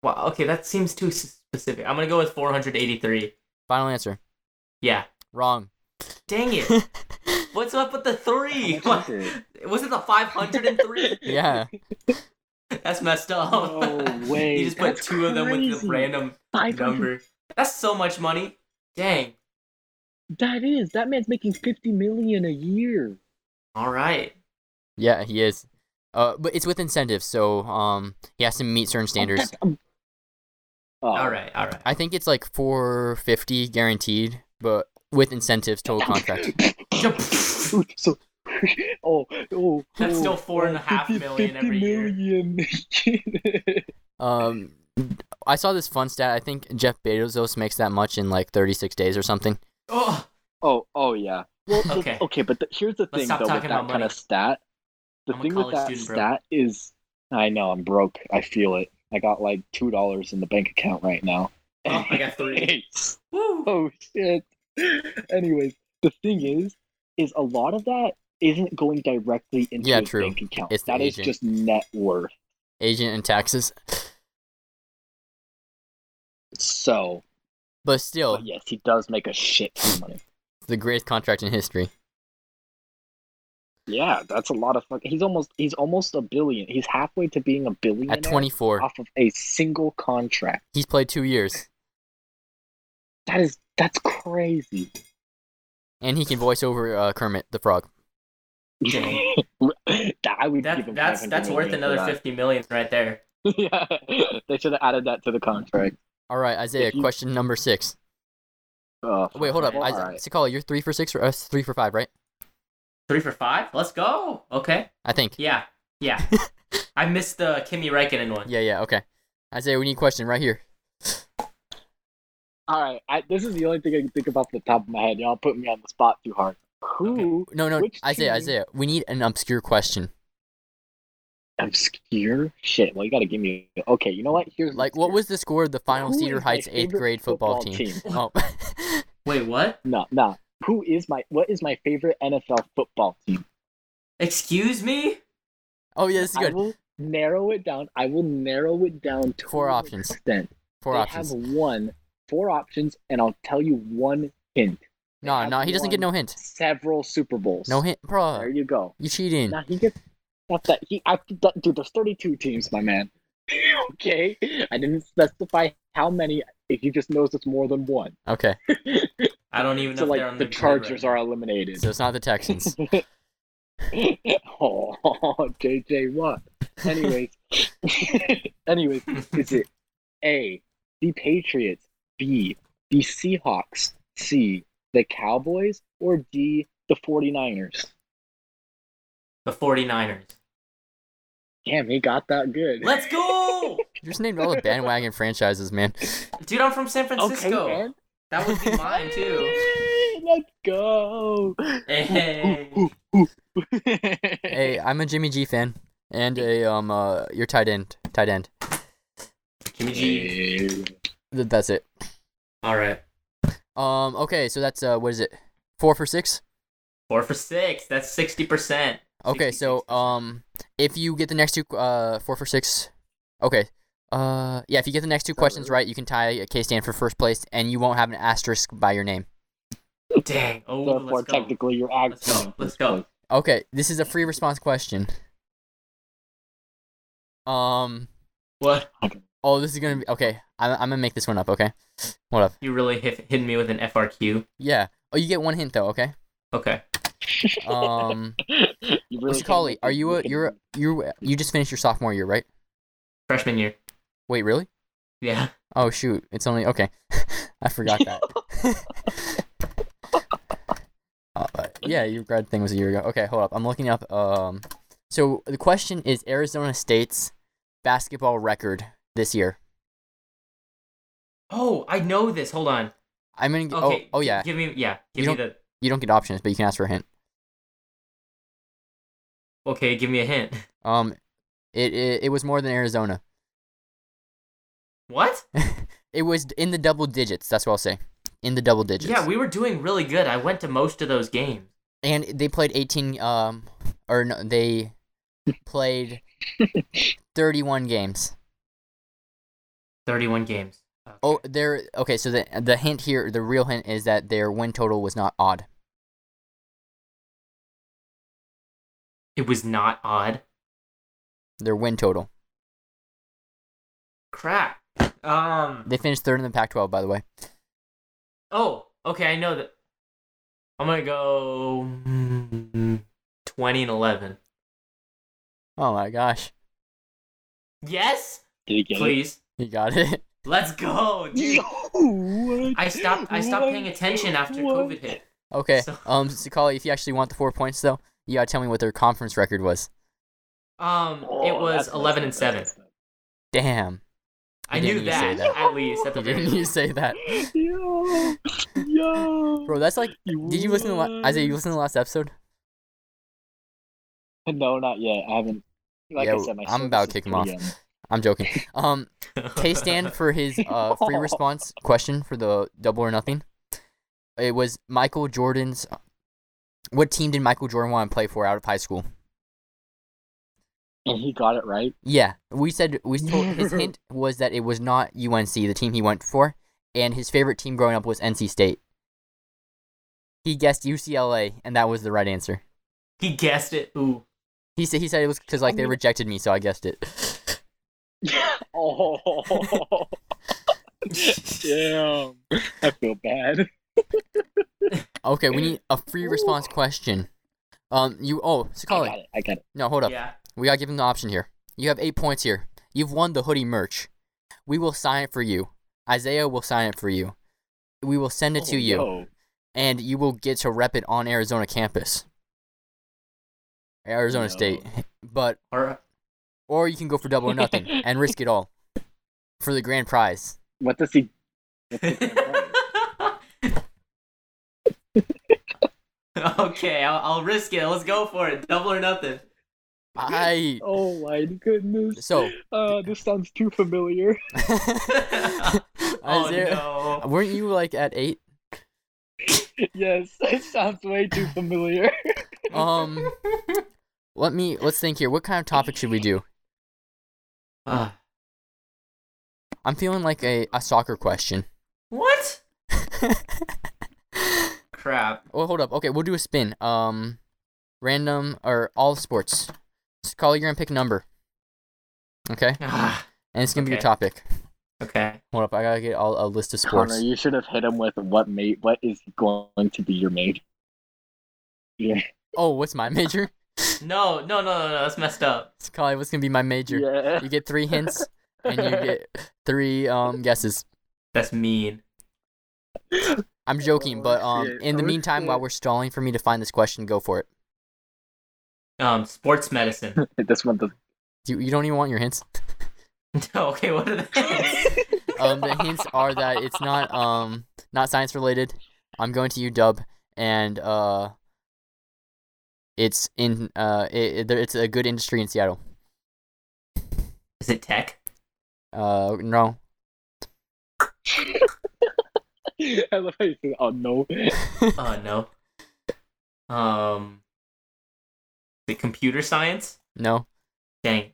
[SPEAKER 3] Wow. Okay, that seems too s- specific. I'm gonna go with 483.
[SPEAKER 2] Final answer.
[SPEAKER 3] Yeah.
[SPEAKER 2] Wrong.
[SPEAKER 3] Dang it. What's up with the three?
[SPEAKER 1] How much is
[SPEAKER 3] Was it the 503?
[SPEAKER 2] Yeah.
[SPEAKER 3] That's messed up.
[SPEAKER 1] No way,
[SPEAKER 3] you just put
[SPEAKER 1] that's
[SPEAKER 3] two of them with
[SPEAKER 1] crazy.
[SPEAKER 3] the random
[SPEAKER 1] 500
[SPEAKER 3] number. That's so much money. Dang.
[SPEAKER 1] That is. That man's making fifty million a year.
[SPEAKER 3] All right.
[SPEAKER 2] Yeah, he is. Uh, but it's with incentives, so um, he has to meet certain standards.
[SPEAKER 1] Oh,
[SPEAKER 3] All right. All right.
[SPEAKER 2] I think it's like four fifty guaranteed, but with incentives, total contract.
[SPEAKER 1] Ooh, so, oh, oh,
[SPEAKER 3] That's
[SPEAKER 1] oh,
[SPEAKER 3] still four and a half million every year.
[SPEAKER 1] year.
[SPEAKER 2] Um, I saw this fun stat. I think Jeff Bezos makes that much in like thirty six days or something.
[SPEAKER 3] Oh,
[SPEAKER 1] oh, oh yeah. Well, the-
[SPEAKER 3] Okay.
[SPEAKER 1] okay, but the, here's the thing
[SPEAKER 3] stop
[SPEAKER 1] though with
[SPEAKER 3] talking
[SPEAKER 1] that
[SPEAKER 3] about
[SPEAKER 1] kind
[SPEAKER 3] money.
[SPEAKER 1] of stat. The
[SPEAKER 3] I'm a
[SPEAKER 1] thing with
[SPEAKER 3] college
[SPEAKER 1] that
[SPEAKER 3] student, bro.
[SPEAKER 1] stat is, I know I'm broke. I feel it. I got like two dollars in the bank account right now.
[SPEAKER 3] oh I got three. Woo.
[SPEAKER 1] oh shit. Anyways, the thing is, is a lot of that isn't going directly into
[SPEAKER 2] Yeah,
[SPEAKER 1] his
[SPEAKER 2] true.
[SPEAKER 1] bank account.
[SPEAKER 2] It's the
[SPEAKER 1] That is
[SPEAKER 2] agent.
[SPEAKER 1] just net worth.
[SPEAKER 2] Agent and taxes.
[SPEAKER 1] So
[SPEAKER 2] But still,
[SPEAKER 1] But yes, he does make a shit ton of money.
[SPEAKER 2] the greatest contract in history.
[SPEAKER 1] Yeah, that's a lot of fuck. He's almost he's almost a billion. He's halfway to being a billionaire
[SPEAKER 2] At 24,
[SPEAKER 1] off of a single contract.
[SPEAKER 2] he's played two years,
[SPEAKER 1] That is that's crazy.
[SPEAKER 2] and he can voice over uh, Kermit the Frog.
[SPEAKER 3] Dang.
[SPEAKER 1] That- I would give
[SPEAKER 3] That,
[SPEAKER 1] him
[SPEAKER 3] that's
[SPEAKER 1] 500
[SPEAKER 3] that's worth
[SPEAKER 1] million
[SPEAKER 3] another
[SPEAKER 1] for that.
[SPEAKER 3] fifty million right there.
[SPEAKER 1] yeah, they should have added that to the contract.
[SPEAKER 2] All right, Isaiah.
[SPEAKER 1] If you-
[SPEAKER 2] Question number six.
[SPEAKER 1] Oh,
[SPEAKER 2] Wait, hold up.
[SPEAKER 1] All
[SPEAKER 2] I,
[SPEAKER 1] right.
[SPEAKER 2] Sakala, you're three for six or uh, three for five, right?
[SPEAKER 3] Three for five. Let's go. Okay.
[SPEAKER 2] I think.
[SPEAKER 3] Yeah. Yeah. I missed the Kimi Räikkönen one.
[SPEAKER 2] Yeah, yeah. Okay. Isaiah, we need a question right here.
[SPEAKER 1] all right. I, this is the only thing I can think of off the top of my head. Y'all put me on the spot too hard. Who
[SPEAKER 2] No, no,
[SPEAKER 1] Which
[SPEAKER 2] Isaiah,
[SPEAKER 1] team-
[SPEAKER 2] Isaiah. We need an obscure question.
[SPEAKER 1] obscure shit? Well, you got to give me. Okay, you know what? Here's
[SPEAKER 2] Like, what was the score of the final
[SPEAKER 1] Who
[SPEAKER 2] Cedar
[SPEAKER 1] is my
[SPEAKER 2] Heights eighth
[SPEAKER 1] favorite
[SPEAKER 2] grade football,
[SPEAKER 1] football
[SPEAKER 2] team?
[SPEAKER 1] team?
[SPEAKER 2] Oh,
[SPEAKER 3] Wait, what?
[SPEAKER 1] no, no. Who is my what is my favorite NFL football team?
[SPEAKER 3] Excuse me?
[SPEAKER 2] oh yeah, this is
[SPEAKER 1] I
[SPEAKER 2] good.
[SPEAKER 1] will narrow it down. I will narrow it down to
[SPEAKER 2] Four
[SPEAKER 1] an
[SPEAKER 2] options.
[SPEAKER 1] Extent.
[SPEAKER 2] Four
[SPEAKER 1] they
[SPEAKER 2] options.
[SPEAKER 1] have one, four options, and I'll tell you one hint.
[SPEAKER 2] No,
[SPEAKER 1] have
[SPEAKER 2] no, he doesn't get no
[SPEAKER 1] one-
[SPEAKER 2] hint.
[SPEAKER 1] Several Super Bowls.
[SPEAKER 2] No hint, Hmm.
[SPEAKER 1] There
[SPEAKER 2] bro.
[SPEAKER 1] you go.
[SPEAKER 2] You cheating?
[SPEAKER 1] Now he gets not that he I that, dude. There's 32 teams, my man. okay, I didn't specify how many. He just knows it's more than one.
[SPEAKER 2] Okay,
[SPEAKER 3] I don't even know
[SPEAKER 1] So
[SPEAKER 3] if they're
[SPEAKER 1] like
[SPEAKER 3] on
[SPEAKER 1] the
[SPEAKER 3] the,
[SPEAKER 1] Chargers are eliminated.
[SPEAKER 2] so it's not the Texans.
[SPEAKER 1] oh, JJ Watt. Anyways, anyways, is it A, the Patriots, B, the Seahawks, C, the Cowboys, or D, the 49ers?
[SPEAKER 3] the 49ers.
[SPEAKER 1] Damn, he got that good.
[SPEAKER 3] Let's go!
[SPEAKER 2] You just named all the bandwagon franchises, man.
[SPEAKER 3] Dude, I'm from San
[SPEAKER 1] okay,
[SPEAKER 3] Francisco.
[SPEAKER 1] man.
[SPEAKER 3] that would be mine too.
[SPEAKER 1] Yay, Let's go.
[SPEAKER 3] Hey.
[SPEAKER 2] Hey, I'm a Jimmy G fan and a um uh your tight end, tight end.
[SPEAKER 3] Jimmy G.
[SPEAKER 2] Th- That's it.
[SPEAKER 3] Alright.
[SPEAKER 2] Um, okay, so that's uh, what is it? Four for six.
[SPEAKER 3] Four for six. That's sixty percent.
[SPEAKER 2] Okay, so um, if you get the next two, uh, four for six. Okay. Uh, yeah, if you get the next two questions right, you can tie K stand for first place, and you won't have an asterisk by your name.
[SPEAKER 3] Dang. Oh,
[SPEAKER 1] Therefore,
[SPEAKER 3] let's go.
[SPEAKER 1] technically, you're
[SPEAKER 3] Let's go.
[SPEAKER 1] actually.
[SPEAKER 3] Let's go.
[SPEAKER 2] Okay, this is a free response question. Um,
[SPEAKER 3] What?
[SPEAKER 2] oh, this is gonna be okay. I'm, I'm gonna make this one up. Okay, what up?
[SPEAKER 3] You really hit, hitting me with an FRQ.
[SPEAKER 2] Yeah. Oh, you get one hint though. Okay.
[SPEAKER 3] Okay.
[SPEAKER 2] Um,
[SPEAKER 1] You really
[SPEAKER 2] Shikali,
[SPEAKER 1] can't-
[SPEAKER 2] are you a
[SPEAKER 1] can-
[SPEAKER 2] you're a- you you just finished your sophomore year, right?
[SPEAKER 3] Freshman year.
[SPEAKER 2] Wait, really?
[SPEAKER 3] Yeah.
[SPEAKER 2] Oh shoot, it's only okay. I forgot that. Uh, yeah, your grad thing was a year ago. Okay, hold up. I'm looking up. Um, so the question is Arizona State's basketball record this year.
[SPEAKER 3] Oh, I know this. Hold on.
[SPEAKER 2] I'm gonna. g-
[SPEAKER 3] Okay.
[SPEAKER 2] Oh, oh yeah.
[SPEAKER 3] Give me. Yeah.
[SPEAKER 2] You
[SPEAKER 3] Give me the.
[SPEAKER 2] You don't get options, but you can ask for a hint.
[SPEAKER 3] Okay. Give me a hint.
[SPEAKER 2] Um, it it, it was more than Arizona.
[SPEAKER 3] What?
[SPEAKER 2] It was in the double digits. That's what I'll say. In the double digits.
[SPEAKER 3] Yeah, we were doing really good. I went to most of those games.
[SPEAKER 2] and they played 18 um or no, they played 31 games
[SPEAKER 3] 31 games. Okay.
[SPEAKER 2] oh they're okay so the the hint here the real hint is that their win total was not odd
[SPEAKER 3] It was not odd.
[SPEAKER 2] their win total
[SPEAKER 3] Crap. Um.
[SPEAKER 2] they finished third in the pac 12 by the way
[SPEAKER 3] Oh, okay. I know that. I'm going to go mm, 20 and 11.
[SPEAKER 2] oh my gosh
[SPEAKER 3] Yes?
[SPEAKER 1] Did you get it?
[SPEAKER 3] Please.
[SPEAKER 2] you got it
[SPEAKER 3] Let's go, dude.
[SPEAKER 1] Yo,
[SPEAKER 3] I stopped I stopped
[SPEAKER 1] what?
[SPEAKER 3] paying attention after
[SPEAKER 1] What?
[SPEAKER 3] COVID hit.
[SPEAKER 2] okay
[SPEAKER 3] So-
[SPEAKER 2] um Sakali, if you actually want the four points though you gotta tell me what their conference record was
[SPEAKER 3] Um
[SPEAKER 1] Oh,
[SPEAKER 3] it was
[SPEAKER 1] that's
[SPEAKER 3] 11 and
[SPEAKER 1] messed
[SPEAKER 3] 7.
[SPEAKER 1] up.
[SPEAKER 2] damn
[SPEAKER 3] I
[SPEAKER 2] didn't
[SPEAKER 3] knew
[SPEAKER 2] you say
[SPEAKER 3] that,
[SPEAKER 2] that.
[SPEAKER 3] at least at the very
[SPEAKER 2] didn't you
[SPEAKER 3] least.
[SPEAKER 2] say that
[SPEAKER 1] Yo, yo.
[SPEAKER 2] bro that's like did you listen to the la- isaiah you listen to the last episode
[SPEAKER 1] No, not yet. I haven't. Like
[SPEAKER 2] Yeah,
[SPEAKER 1] I said, my
[SPEAKER 2] I'm about to
[SPEAKER 1] service
[SPEAKER 2] kick
[SPEAKER 1] is
[SPEAKER 2] him off.
[SPEAKER 1] pretty young.
[SPEAKER 2] i'm joking um K stand for his uh, free response question for the double or nothing. It was Michael Jordan's. What team did Michael Jordan want to play for out of high school?
[SPEAKER 1] And he got it right.
[SPEAKER 2] Yeah, we said we told his hint was that it was not UNC, the team he went for. and his favorite team growing up was NC State. He guessed UCLA, and that was the right answer.
[SPEAKER 3] He guessed it. Ooh.
[SPEAKER 2] He said he said it was because like they rejected me, so I guessed it.
[SPEAKER 1] Oh, damn! I feel bad.
[SPEAKER 2] Okay, we need a free response question. Um, you oh,
[SPEAKER 1] I got
[SPEAKER 2] Sakali.
[SPEAKER 1] it. I got it.
[SPEAKER 2] No, hold up.
[SPEAKER 3] Yeah.
[SPEAKER 2] We gotta give him the option here. You have eight points here. You've won the hoodie merch. We will sign it for you. Isaiah will sign it for you. We will send it to
[SPEAKER 3] Oh,
[SPEAKER 2] you,
[SPEAKER 1] Oh, Yo,
[SPEAKER 2] and you will get to rep it on Arizona campus, Arizona
[SPEAKER 1] No.
[SPEAKER 2] State. But
[SPEAKER 3] Or
[SPEAKER 2] or you can go for double or nothing and risk it all for the grand prize.
[SPEAKER 1] what does he? what's the difference?
[SPEAKER 3] okay, I'll, I'll risk it. Let's go for it. Double or nothing.
[SPEAKER 2] I
[SPEAKER 1] oh my goodness!
[SPEAKER 2] so
[SPEAKER 1] Uh, this sounds too familiar.
[SPEAKER 2] Isaiah,
[SPEAKER 3] Oh no.
[SPEAKER 2] weren't you like at eight?
[SPEAKER 1] yes, it sounds way too familiar.
[SPEAKER 2] Um, let me let's think here. What kind of topic should we do?
[SPEAKER 3] Ah,
[SPEAKER 2] I'm feeling like a, a soccer question.
[SPEAKER 3] what? Crap.
[SPEAKER 2] Well, Oh, hold up. Okay, we'll do a spin. Um, random or all sports. So call you're gonna pick a number. Okay,
[SPEAKER 3] Ah,
[SPEAKER 2] and it's gonna be your
[SPEAKER 3] Okay.
[SPEAKER 2] topic.
[SPEAKER 3] okay.
[SPEAKER 2] Hold up, I gotta get all, a list of sports.
[SPEAKER 1] Connor, you should have hit him with what mate. What is going to be your major? Yeah.
[SPEAKER 2] Oh, what's my major?
[SPEAKER 3] No, no, no, no, no. That's messed up.
[SPEAKER 2] Scully, what's gonna be my major?
[SPEAKER 1] yeah.
[SPEAKER 2] You get three hints, and you get three um guesses.
[SPEAKER 3] That's mean.
[SPEAKER 2] I'm joking,
[SPEAKER 1] Oh,
[SPEAKER 2] but um,
[SPEAKER 1] shit.
[SPEAKER 2] in the
[SPEAKER 1] Oh,
[SPEAKER 2] meantime, while
[SPEAKER 1] shit.
[SPEAKER 2] we're stalling for me to find this question, go for it.
[SPEAKER 3] Um, sports medicine.
[SPEAKER 1] This one does.
[SPEAKER 2] You you don't even want your hints.
[SPEAKER 3] No, okay, what are the
[SPEAKER 2] Um, the hints are that it's not um not science related. I'm going to UW, and uh, it's in uh it, it- there- it's a good industry in Seattle.
[SPEAKER 3] Is it tech?
[SPEAKER 2] Uh, no,
[SPEAKER 1] I love how you say, "Oh no."
[SPEAKER 3] Oh no. Um, is it computer science?
[SPEAKER 2] no,
[SPEAKER 3] Dang.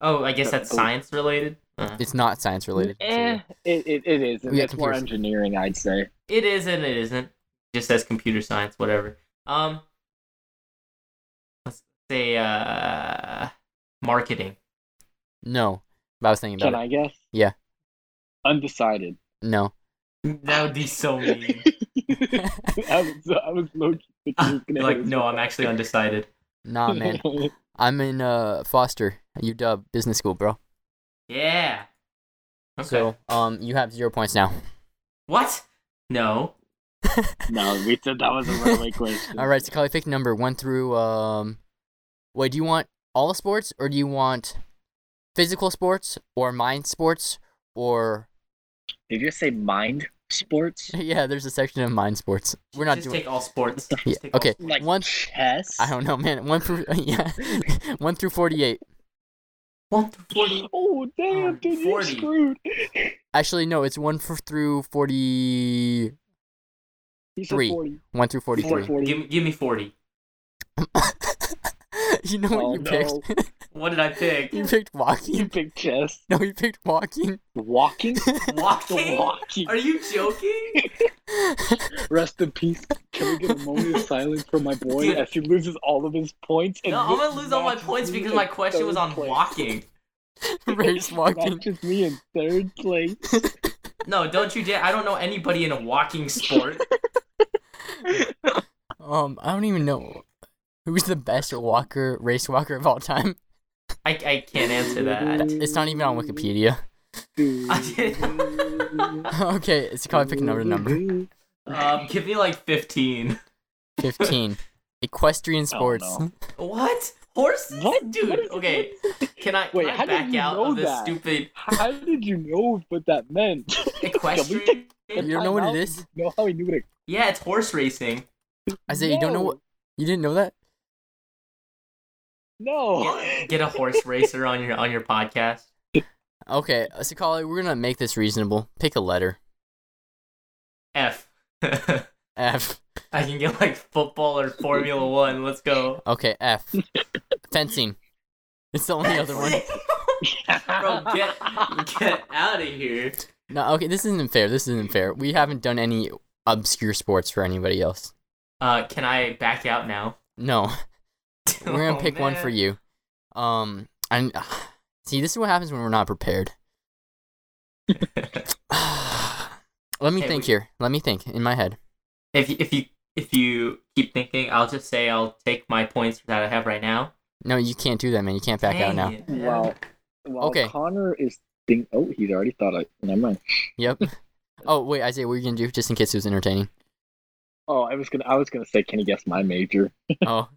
[SPEAKER 3] Oh, I guess that's
[SPEAKER 1] Uh,
[SPEAKER 3] science related. Uh,
[SPEAKER 2] it's not science related.
[SPEAKER 1] Eh, it, it, it is.
[SPEAKER 2] We got
[SPEAKER 1] It's more
[SPEAKER 2] computers.
[SPEAKER 1] engineering, I'd say.
[SPEAKER 3] it is and it isn't. Just says computer science, whatever. Um, let's say uh, marketing.
[SPEAKER 2] No, but I was thinking about
[SPEAKER 1] Can
[SPEAKER 2] it.
[SPEAKER 1] I guess?
[SPEAKER 2] Yeah.
[SPEAKER 1] Undecided.
[SPEAKER 2] No,
[SPEAKER 3] That would be so mean.
[SPEAKER 1] I was, I was low key
[SPEAKER 3] You're like, no, I'm actually undecided.
[SPEAKER 2] nah, man. I'm in uh Foster UW Business School, bro.
[SPEAKER 3] Yeah. Okay.
[SPEAKER 2] So um, you have zero points now.
[SPEAKER 3] what? No.
[SPEAKER 1] no, we said that was a runaway question.
[SPEAKER 2] All right, so Kali, pick number one through. Um, wait, do you want all sports or do you want physical sports or mind sports or
[SPEAKER 1] Did you say mind sports?
[SPEAKER 2] yeah? There's a section of mind sports. We're not
[SPEAKER 3] Just
[SPEAKER 2] doing.
[SPEAKER 3] take all sports. Just
[SPEAKER 2] Yeah,
[SPEAKER 3] take all
[SPEAKER 2] okay.
[SPEAKER 3] sports.
[SPEAKER 1] Like
[SPEAKER 2] One-
[SPEAKER 1] chess?
[SPEAKER 2] I don't know, man. One through yeah, one through forty-eight.
[SPEAKER 3] One through forty.
[SPEAKER 1] Oh damn,
[SPEAKER 3] Um,
[SPEAKER 1] dude, you're
[SPEAKER 3] 40.
[SPEAKER 1] screwed.
[SPEAKER 2] Actually, no, it's one for, through forty.
[SPEAKER 1] He said
[SPEAKER 2] Three.
[SPEAKER 1] 40.
[SPEAKER 2] One through
[SPEAKER 1] He said
[SPEAKER 2] forty-three.
[SPEAKER 1] 40.
[SPEAKER 3] Give, me- give me forty.
[SPEAKER 2] you know what
[SPEAKER 1] Oh,
[SPEAKER 2] you
[SPEAKER 1] no.
[SPEAKER 2] picked?
[SPEAKER 3] What did I pick?
[SPEAKER 2] you picked
[SPEAKER 1] You
[SPEAKER 2] walking.
[SPEAKER 1] picked chess.
[SPEAKER 2] No, you picked walking.
[SPEAKER 1] Walking?
[SPEAKER 3] Walking.
[SPEAKER 1] Walking.
[SPEAKER 3] Are you joking?
[SPEAKER 1] Rest in peace. Can we get a moment of silence for my boy
[SPEAKER 3] Dude.
[SPEAKER 1] as he loses all of his points? and
[SPEAKER 3] No, I'm gonna
[SPEAKER 1] Nick
[SPEAKER 3] lose all my
[SPEAKER 1] matches
[SPEAKER 3] points
[SPEAKER 1] me
[SPEAKER 3] because
[SPEAKER 1] in
[SPEAKER 3] my question was
[SPEAKER 1] third
[SPEAKER 3] on
[SPEAKER 1] place.
[SPEAKER 3] walking.
[SPEAKER 2] Race walking.
[SPEAKER 1] Matches me in third place.
[SPEAKER 3] No, don't you dare! I don't know anybody in a walking sport.
[SPEAKER 2] Um, I don't even know who's the best walker, race walker of all time.
[SPEAKER 3] I, I can't answer that.
[SPEAKER 2] It's not even on Wikipedia.
[SPEAKER 3] I did.
[SPEAKER 2] okay, it's called pick another number.
[SPEAKER 3] um, give me like fifteen.
[SPEAKER 2] Fifteen. Equestrian sports.
[SPEAKER 1] no.
[SPEAKER 3] What horses?
[SPEAKER 1] What?
[SPEAKER 3] dude?
[SPEAKER 1] What is-
[SPEAKER 3] okay, can I,
[SPEAKER 1] Wait,
[SPEAKER 3] can
[SPEAKER 1] how
[SPEAKER 3] I
[SPEAKER 1] did
[SPEAKER 3] back
[SPEAKER 1] you
[SPEAKER 3] out
[SPEAKER 1] know
[SPEAKER 3] of this
[SPEAKER 1] that?
[SPEAKER 3] stupid
[SPEAKER 1] How did you know what that meant?
[SPEAKER 3] equestrian?
[SPEAKER 2] You don't know what
[SPEAKER 1] Now
[SPEAKER 2] it is?
[SPEAKER 1] You know how he knew what it
[SPEAKER 3] Yeah, it's horse racing.
[SPEAKER 2] I said you don't know what you didn't know that?
[SPEAKER 1] No.
[SPEAKER 3] Get, get a horse racer on your on your podcast.
[SPEAKER 2] Okay, uh, Sakali, we're gonna make this reasonable. Pick a letter.
[SPEAKER 3] F. I
[SPEAKER 2] F.
[SPEAKER 3] can get like football or Formula One. Let's go.
[SPEAKER 2] Okay, F. Fencing. It's the only other one.
[SPEAKER 3] Bro, get get out of here.
[SPEAKER 2] No, okay, this isn't fair. This isn't fair. We haven't done any obscure sports for anybody else.
[SPEAKER 3] Uh, can I back out now?
[SPEAKER 2] No, we're gonna
[SPEAKER 3] Oh,
[SPEAKER 2] pick one
[SPEAKER 3] man.
[SPEAKER 2] for you. Um, and see, this is what happens when we're not prepared. Let me
[SPEAKER 3] Hey,
[SPEAKER 2] think
[SPEAKER 3] we-
[SPEAKER 2] here. Let me think in my head.
[SPEAKER 3] If you, if you if you keep thinking, I'll just say I'll take my points that I have right now.
[SPEAKER 2] No, you can't do that, man. You can't back out
[SPEAKER 3] Dang
[SPEAKER 2] now.
[SPEAKER 3] it, man.
[SPEAKER 1] Well, well
[SPEAKER 2] Okay.
[SPEAKER 1] Connor is think. Oh, he's already thought I. Never mind.
[SPEAKER 2] Yep. oh wait, Isaiah, what are you gonna do just in case it was entertaining?
[SPEAKER 1] Oh, I was gonna. I was gonna say, can you guess my major?
[SPEAKER 2] oh.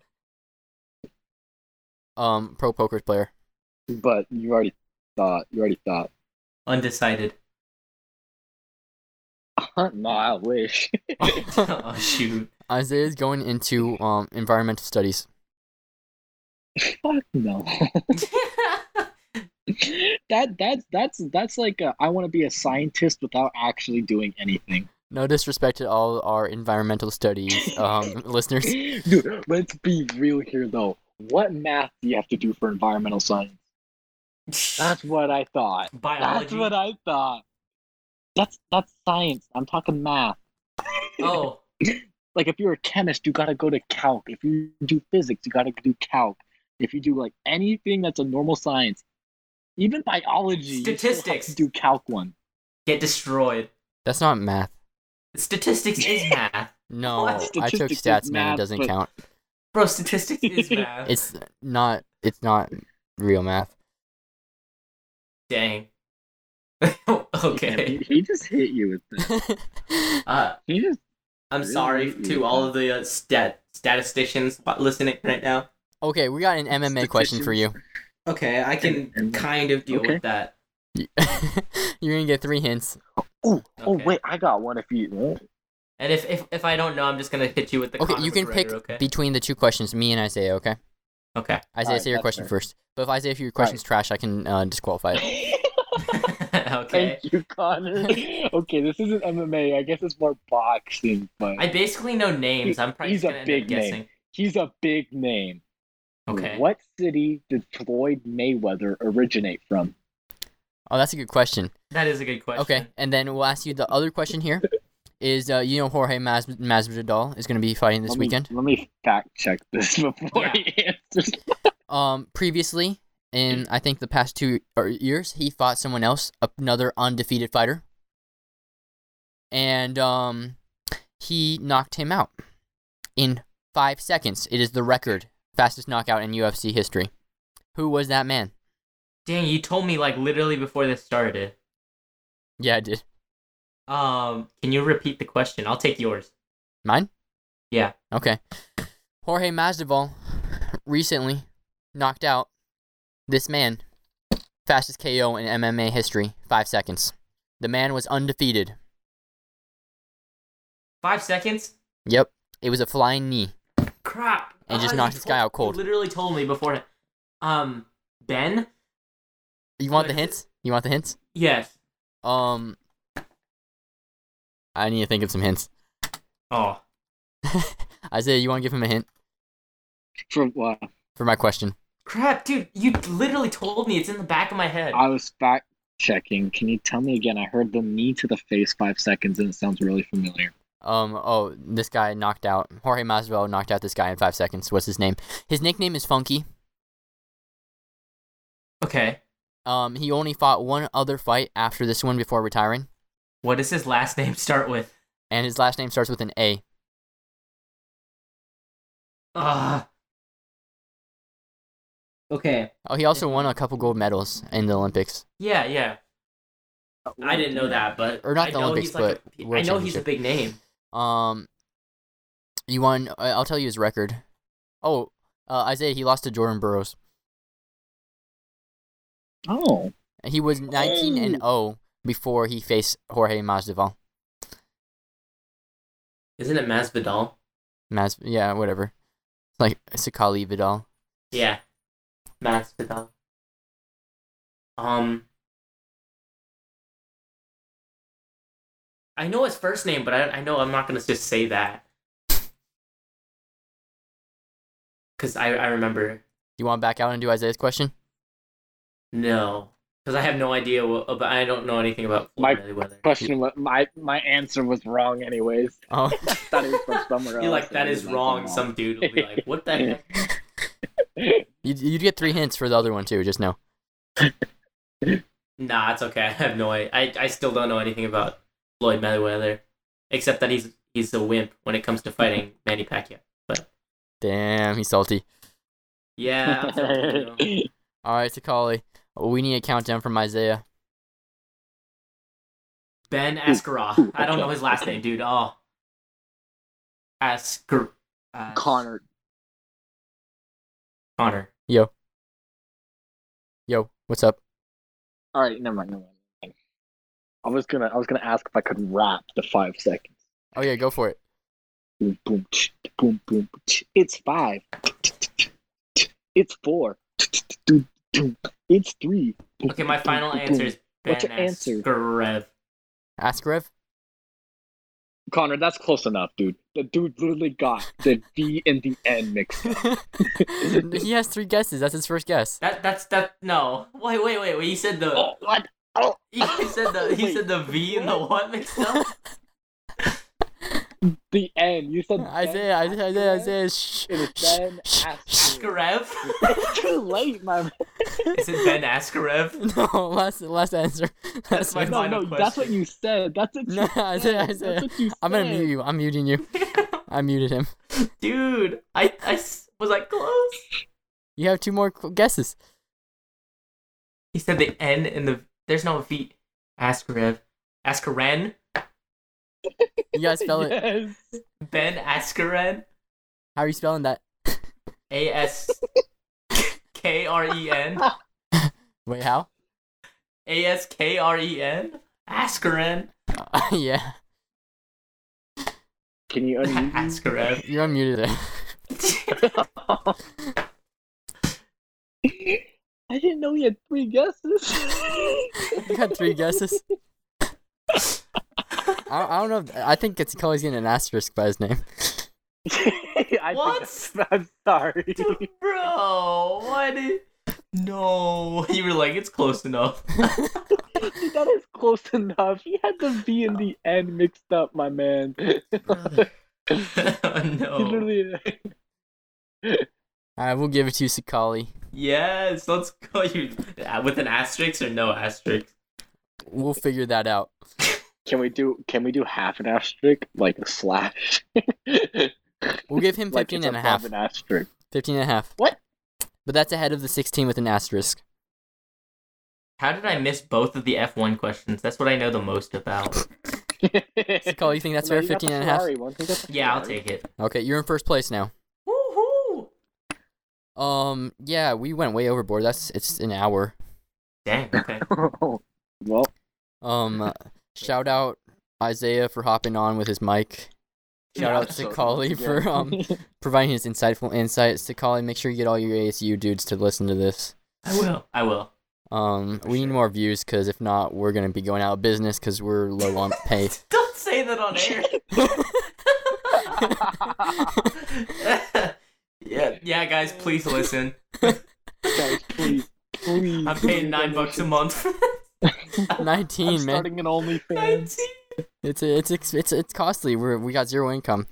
[SPEAKER 2] Um, pro poker player.
[SPEAKER 1] But you already thought. You already thought.
[SPEAKER 3] Undecided.
[SPEAKER 1] no, I wish.
[SPEAKER 3] oh shoot.
[SPEAKER 2] Isaiah's going into um environmental studies.
[SPEAKER 1] Fuck no. that that's that's that's like a, I want to be a scientist without actually doing anything.
[SPEAKER 2] No disrespect to all our environmental studies um listeners.
[SPEAKER 1] Dude, let's be real here though. What math do you have to do for environmental science? That's what I thought.
[SPEAKER 3] Biology.
[SPEAKER 1] That's what I thought. That's that's science. I'm talking math.
[SPEAKER 3] oh,
[SPEAKER 1] like if you're a chemist, you gotta go to calc. If you do physics, you gotta do calc. If you do like anything that's a normal science, even biology, you still have to
[SPEAKER 3] Statistics.
[SPEAKER 1] do calc one.
[SPEAKER 3] get destroyed.
[SPEAKER 2] That's not math.
[SPEAKER 3] Statistics is math.
[SPEAKER 2] No,
[SPEAKER 3] What?
[SPEAKER 2] I took
[SPEAKER 1] Statistics is
[SPEAKER 2] stats, man. It
[SPEAKER 1] math,
[SPEAKER 2] doesn't
[SPEAKER 1] but-
[SPEAKER 2] count.
[SPEAKER 3] Bro, statistics is math.
[SPEAKER 2] It's not. It's not real math.
[SPEAKER 3] dang.
[SPEAKER 1] Yeah,
[SPEAKER 3] okay.
[SPEAKER 1] he, he just hit you with this.
[SPEAKER 3] Uh,
[SPEAKER 1] He just
[SPEAKER 3] I'm
[SPEAKER 1] Really
[SPEAKER 3] sorry
[SPEAKER 1] hate
[SPEAKER 3] to
[SPEAKER 1] you.
[SPEAKER 3] all of the uh, stat statisticians listening right now.
[SPEAKER 2] okay, we got an MMA question for you.
[SPEAKER 3] Okay, I can
[SPEAKER 1] And- and-
[SPEAKER 3] kind of deal
[SPEAKER 1] okay.
[SPEAKER 3] with that.
[SPEAKER 2] You're gonna get three hints.
[SPEAKER 1] oh oh
[SPEAKER 3] Okay.
[SPEAKER 1] wait, I got one if you. oh,
[SPEAKER 3] And if, if if I don't know, I'm just gonna hit you with the.
[SPEAKER 2] Okay,
[SPEAKER 3] Conor
[SPEAKER 2] you can
[SPEAKER 3] McGregor,
[SPEAKER 2] pick
[SPEAKER 3] Okay.
[SPEAKER 2] between the two questions, me and Isaiah. Okay,
[SPEAKER 3] okay.
[SPEAKER 2] Isaiah,
[SPEAKER 1] Alright,
[SPEAKER 2] say your
[SPEAKER 1] that's
[SPEAKER 2] question
[SPEAKER 1] fair.
[SPEAKER 2] first. But if Isaiah, if your question's trash, I can uh, disqualify it.
[SPEAKER 3] okay.
[SPEAKER 1] Thank you, Connor. okay, this isn't MMA. I guess it's more boxing, but
[SPEAKER 3] I basically know names. I'm probably
[SPEAKER 1] He's
[SPEAKER 3] just
[SPEAKER 1] a
[SPEAKER 3] gonna end
[SPEAKER 1] big
[SPEAKER 3] up
[SPEAKER 1] name.
[SPEAKER 3] guessing.
[SPEAKER 1] he's a big name.
[SPEAKER 3] Okay.
[SPEAKER 1] What city did Floyd Mayweather originate from?
[SPEAKER 2] Oh, that's a good question.
[SPEAKER 3] That is a good question.
[SPEAKER 2] Okay, and then we'll ask you the other question here. Is uh, you know Jorge Mas- Masvidal is gonna be fighting this
[SPEAKER 1] Let me-
[SPEAKER 2] weekend?
[SPEAKER 1] Let me fact check this before
[SPEAKER 3] Yeah.
[SPEAKER 1] he answers.
[SPEAKER 2] Um, previously, in I think the past two or years, he fought someone else, another undefeated fighter, and um, he knocked him out in five seconds. It is the record fastest knockout in UFC history. Who was that man?
[SPEAKER 3] Dang, you told me like literally before this started.
[SPEAKER 2] Yeah, I did
[SPEAKER 3] Um, can you repeat the question? I'll take yours.
[SPEAKER 2] mine.
[SPEAKER 3] Yeah.
[SPEAKER 2] Okay. Jorge Masvidal recently knocked out this man. Fastest KO in MMA history, five seconds. The man was undefeated.
[SPEAKER 3] Five seconds.
[SPEAKER 2] Yep. It was a flying knee.
[SPEAKER 3] Crap.
[SPEAKER 2] And just
[SPEAKER 3] Ah,
[SPEAKER 2] knocked
[SPEAKER 3] you
[SPEAKER 2] this guy
[SPEAKER 3] told-
[SPEAKER 2] out cold.
[SPEAKER 3] You literally told me before. Um, Ben.
[SPEAKER 2] You want the
[SPEAKER 3] Like-
[SPEAKER 2] hints? You want the hints?
[SPEAKER 3] Yes.
[SPEAKER 2] Um I need to think of some hints.
[SPEAKER 3] Oh.
[SPEAKER 2] Isaiah, you want to give him a hint
[SPEAKER 1] From what
[SPEAKER 2] for my question?
[SPEAKER 3] Crap, dude, you literally told me it's in the back of my head.
[SPEAKER 1] I was fact checking. Can you tell me again? I heard the knee to the face five seconds, and it sounds really familiar.
[SPEAKER 2] Um oh, this guy knocked out Jorge Masvidal knocked out this guy in 5 seconds. What's his name? His nickname is Funky.
[SPEAKER 3] Okay.
[SPEAKER 2] Um he only fought one other fight after this one before retiring,
[SPEAKER 3] What does his last name start with?
[SPEAKER 2] and his last name starts with an A.
[SPEAKER 3] Ah. Okay.
[SPEAKER 2] Oh, he also won a couple gold medals in the Olympics.
[SPEAKER 3] Yeah, yeah. I didn't know that, but
[SPEAKER 2] Or not
[SPEAKER 3] I
[SPEAKER 2] the
[SPEAKER 3] know
[SPEAKER 2] Olympics,
[SPEAKER 3] he's like
[SPEAKER 2] but
[SPEAKER 3] a- I
[SPEAKER 2] World
[SPEAKER 3] know he's a
[SPEAKER 2] Championship.
[SPEAKER 3] big name.
[SPEAKER 2] Um, you won. I- I'll tell you his record. Oh, uh, Isaiah, he lost to Jordan Burroughs.
[SPEAKER 1] Oh,
[SPEAKER 2] He was 19 and 0 before he faced Jorge Masvidal.
[SPEAKER 3] Isn't it Masvidal?
[SPEAKER 2] Mas, yeah, whatever. Like Sakali Vidal.
[SPEAKER 3] Yeah. Masvidal. Um. I know his first name, but I, I know I'm not gonna just say that. Cause I I remember
[SPEAKER 2] You want to back out and do Isaiah's question?
[SPEAKER 3] no. because I have no idea what, about, I don't know anything about
[SPEAKER 1] My-
[SPEAKER 3] Floyd Mayweather.
[SPEAKER 1] Question: was- My my answer was wrong, anyways.
[SPEAKER 2] Oh,
[SPEAKER 1] Thought it was from somewhere
[SPEAKER 3] I
[SPEAKER 1] else.
[SPEAKER 3] feel like that
[SPEAKER 1] It
[SPEAKER 3] is
[SPEAKER 1] was "Oh."
[SPEAKER 3] wrong. Some dude will be like, "What the heck?"
[SPEAKER 2] you'd, you'd get three hints for the other one too. Just know.
[SPEAKER 3] Nah, it's okay. I have no idea. I, I still don't know anything about Floyd Mayweather, except that he's he's a wimp when it comes to fighting Manny Pacquiao.
[SPEAKER 2] Damn, he's salty.
[SPEAKER 3] Yeah. I'm sorry, you know.
[SPEAKER 2] All right, Takali, we need a countdown from Isaiah.
[SPEAKER 3] Ben Askarov. I don't know his last name, dude. Oh. Askar. Uh,
[SPEAKER 1] Connor.
[SPEAKER 3] Connor.
[SPEAKER 2] Yo, what's up?
[SPEAKER 1] All right, never mind. Never mind. I was gonna I was gonna ask if I could rap the five seconds.
[SPEAKER 2] Oh yeah, go for it.
[SPEAKER 1] Boom, boom, tch, boom, boom. tch. It's five. It's four. It's three.
[SPEAKER 3] Okay, my final answer is Ben
[SPEAKER 1] What's your answer?
[SPEAKER 3] Askarev.
[SPEAKER 2] Askarev.
[SPEAKER 1] Connor, that's close enough, dude. The dude literally got the V and the N mixed. up.
[SPEAKER 2] he has three guesses. That's his first guess.
[SPEAKER 3] That that's that. No. Wait, wait, wait. wait. You said the.
[SPEAKER 1] Oh, what? Oh,
[SPEAKER 3] You said the. You
[SPEAKER 1] Wait.
[SPEAKER 3] said the V and the what mixed up.
[SPEAKER 1] the N. You said
[SPEAKER 2] Isaiah, Isaiah, Isaiah, Isaiah. Shh.
[SPEAKER 1] It was
[SPEAKER 2] shh,
[SPEAKER 1] Ben
[SPEAKER 2] shh, shh.
[SPEAKER 1] Askarev.
[SPEAKER 3] Askarev.
[SPEAKER 1] It's too late, my man.
[SPEAKER 3] You said Ben Askarev.
[SPEAKER 2] No, last last answer.
[SPEAKER 3] That's my
[SPEAKER 1] No, no,
[SPEAKER 3] final
[SPEAKER 1] that's what
[SPEAKER 3] question.
[SPEAKER 1] you said. That's what you
[SPEAKER 2] No,
[SPEAKER 1] said.
[SPEAKER 2] Isaiah, Isaiah.
[SPEAKER 1] That's what you said.
[SPEAKER 2] I'm gonna mute you. I'm muting you. I muted him.
[SPEAKER 3] Dude, I I s- was like close.
[SPEAKER 2] You have two more cl- guesses.
[SPEAKER 3] He said the N and the. There's no V. Askarev. Askaren.
[SPEAKER 2] You gotta spell it.
[SPEAKER 1] Yes.
[SPEAKER 3] Ben Askaren.
[SPEAKER 2] How are you spelling that?
[SPEAKER 3] A S K R E N.
[SPEAKER 2] Wait, how?
[SPEAKER 3] A S K R E N. Askaren.
[SPEAKER 2] yeah,
[SPEAKER 1] Can you unmute me?
[SPEAKER 3] Askarev.
[SPEAKER 2] you're unmuted there.
[SPEAKER 1] I didn't know you had three guesses.
[SPEAKER 2] You got three guesses. I, I don't know. if- I think it's Chloe's getting an asterisk by his name.
[SPEAKER 1] I
[SPEAKER 3] What?
[SPEAKER 1] Think, I'm sorry.
[SPEAKER 3] Dude, bro, why did? No, you were like it's close enough.
[SPEAKER 1] Dude, that is close enough. He had the V and the N mixed up, my man. He
[SPEAKER 3] no.
[SPEAKER 1] literally-
[SPEAKER 2] All right, we'll give it to you, Sakali.
[SPEAKER 3] Yes, let's go. You uh, with an asterisk or no asterisk?
[SPEAKER 2] We'll figure that out.
[SPEAKER 1] Can we do? Can we do half an asterisk, like a slash?
[SPEAKER 2] We'll give him
[SPEAKER 1] like
[SPEAKER 2] 15
[SPEAKER 1] it's
[SPEAKER 2] and a
[SPEAKER 1] above
[SPEAKER 2] half.
[SPEAKER 1] An asterisk.
[SPEAKER 2] 15 and a half.
[SPEAKER 1] What?
[SPEAKER 2] But that's ahead of the 16 with an asterisk.
[SPEAKER 3] How did I miss both of the F1 questions? That's what I know the most about.
[SPEAKER 2] Sakali, you think that's
[SPEAKER 1] No,
[SPEAKER 2] fair?
[SPEAKER 1] you got the
[SPEAKER 2] 15 and a half?
[SPEAKER 1] Ferrari one. You got the
[SPEAKER 3] Yeah, I'll
[SPEAKER 1] Ferrari.
[SPEAKER 3] take it.
[SPEAKER 2] Okay, you're in first place now.
[SPEAKER 3] Woohoo!
[SPEAKER 2] Um, yeah, we went way overboard. That's it's an hour.
[SPEAKER 3] Dang. Okay.
[SPEAKER 1] well,
[SPEAKER 2] Um, uh, shout out Isaiah for hopping on with his mic. Shout out to
[SPEAKER 1] so-
[SPEAKER 2] Kali for um providing his insightful insights. To Kali, make sure you get all your ASU dudes to listen to this.
[SPEAKER 3] I will. I will.
[SPEAKER 2] Um, we need more views because if not, we're gonna be going out of business because we're low on pay.
[SPEAKER 3] Don't say that on air. yeah. Yeah, guys, please listen.
[SPEAKER 1] guys, please, please.
[SPEAKER 3] I'm paying nine bucks a month for
[SPEAKER 1] I'm
[SPEAKER 2] 19 man,
[SPEAKER 1] starting an OnlyFans.
[SPEAKER 3] this.
[SPEAKER 2] it's it's ex- it's it's costly. We're we got zero income.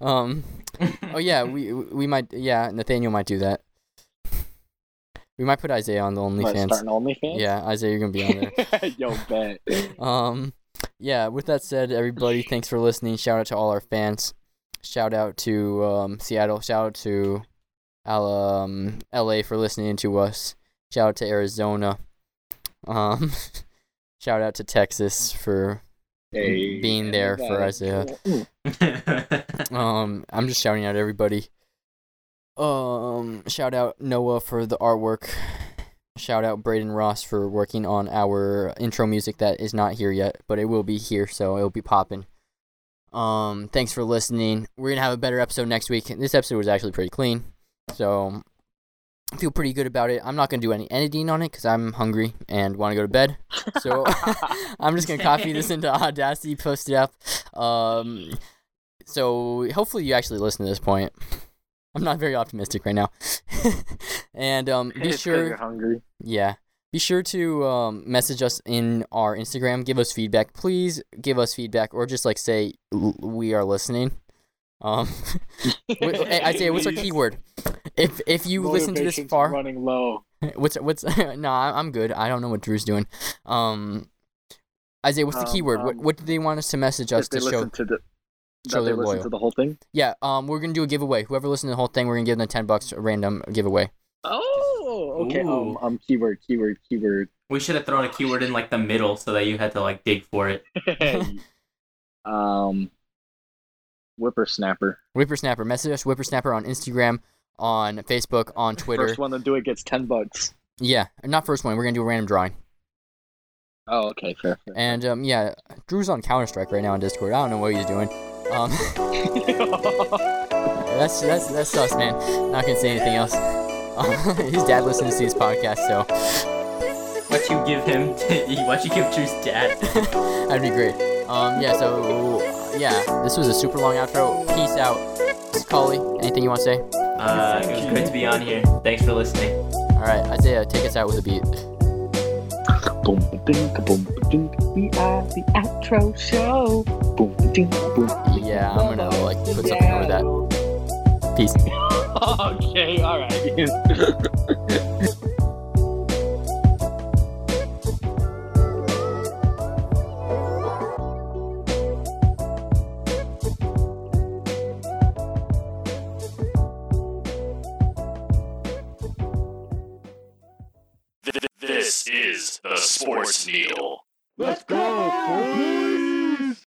[SPEAKER 2] Um, oh yeah, we we might yeah Nathaniel might do that. We might put Isaiah on the
[SPEAKER 1] What,
[SPEAKER 2] OnlyFans.
[SPEAKER 1] Starting OnlyFans.
[SPEAKER 2] Yeah, Isaiah, you're gonna be on there.
[SPEAKER 1] Yo, bet.
[SPEAKER 2] Um, yeah. With that said, everybody, thanks for listening. Shout out to all our fans. Shout out to um, Seattle. Shout out to Al- um, LA for listening to us. Shout out to Arizona. Um, shout out to Texas for
[SPEAKER 1] Hey,
[SPEAKER 2] being there for
[SPEAKER 1] everybody.
[SPEAKER 2] Isaiah.
[SPEAKER 1] Mm.
[SPEAKER 2] Um, I'm just shouting out everybody. Um, shout out Noah for the artwork. Shout out Braden Ross for working on our intro music that is not here yet, but it will be here, so it'll be popping. Um, thanks for listening. We're gonna have a better episode next week. This episode was actually pretty clean, so I feel pretty good about it. I'm not gonna do any editing on it because I'm hungry and want to go to bed. So I'm just gonna copy this into Audacity, post it up. Um, so hopefully you actually listen to this point. I'm not very optimistic right now. and um, be
[SPEAKER 1] It's 'cause
[SPEAKER 2] sure,
[SPEAKER 1] you're hungry.
[SPEAKER 2] yeah. Be sure to um, message us in our Instagram. Give us feedback, please. Give us feedback, or just like say "L- we are listening. Um, I say what's our keyword? If if you listen to this
[SPEAKER 1] Motivation's
[SPEAKER 2] far,
[SPEAKER 1] running low.
[SPEAKER 2] What's what's no? I- I'm good. I don't know what Drew's doing. Um, Isaiah, what's the
[SPEAKER 1] Um,
[SPEAKER 2] keyword? what
[SPEAKER 1] um,
[SPEAKER 2] what do they want us to message us
[SPEAKER 1] If they
[SPEAKER 2] to show?
[SPEAKER 1] listen to the,
[SPEAKER 2] show
[SPEAKER 1] that they
[SPEAKER 2] they're
[SPEAKER 1] listen
[SPEAKER 2] loyal.
[SPEAKER 1] to the whole thing.
[SPEAKER 2] Yeah. Um, we're gonna do a giveaway. Whoever listens to the whole thing, we're gonna give them ten bucks a random giveaway.
[SPEAKER 1] Oh, okay.
[SPEAKER 3] Ooh.
[SPEAKER 1] Um, um, keyword, keyword, keyword.
[SPEAKER 3] We should have thrown a keyword in like the middle so that you had to like dig for it.
[SPEAKER 1] um, whippersnapper.
[SPEAKER 2] Whippersnapper, message us Whippersnapper on Instagram, on Facebook, on Twitter.
[SPEAKER 1] First one to do it gets ten bucks.
[SPEAKER 2] Yeah, not first one. We're gonna do a random drawing.
[SPEAKER 1] Oh, okay, fair. fair.
[SPEAKER 2] And um, yeah, Drew's on Counter Strike right now on Discord. I don't know what he's doing. Um, that's that's that's us, man. Not gonna say anything else. Um, his dad listens to these podcasts, so.
[SPEAKER 3] What you give him? what you give Drew's dad?
[SPEAKER 2] That'd be great. Um, yeah, so, yeah, this was a super long outro. Peace out. This is Cully. Anything you want to say?
[SPEAKER 3] Uh, it was great to be on here. Thanks for listening.
[SPEAKER 2] All right, Isaiah, take us out with a beat.
[SPEAKER 1] Boom, ba-ding, boom, ba-ding. We are the outro show. Boom, ba-ding, boom.
[SPEAKER 2] Yeah, I'm gonna, like, put something over that. Peace.
[SPEAKER 1] Okay, all right.
[SPEAKER 4] Th- th- This is the Sports Needle.
[SPEAKER 1] Let's go.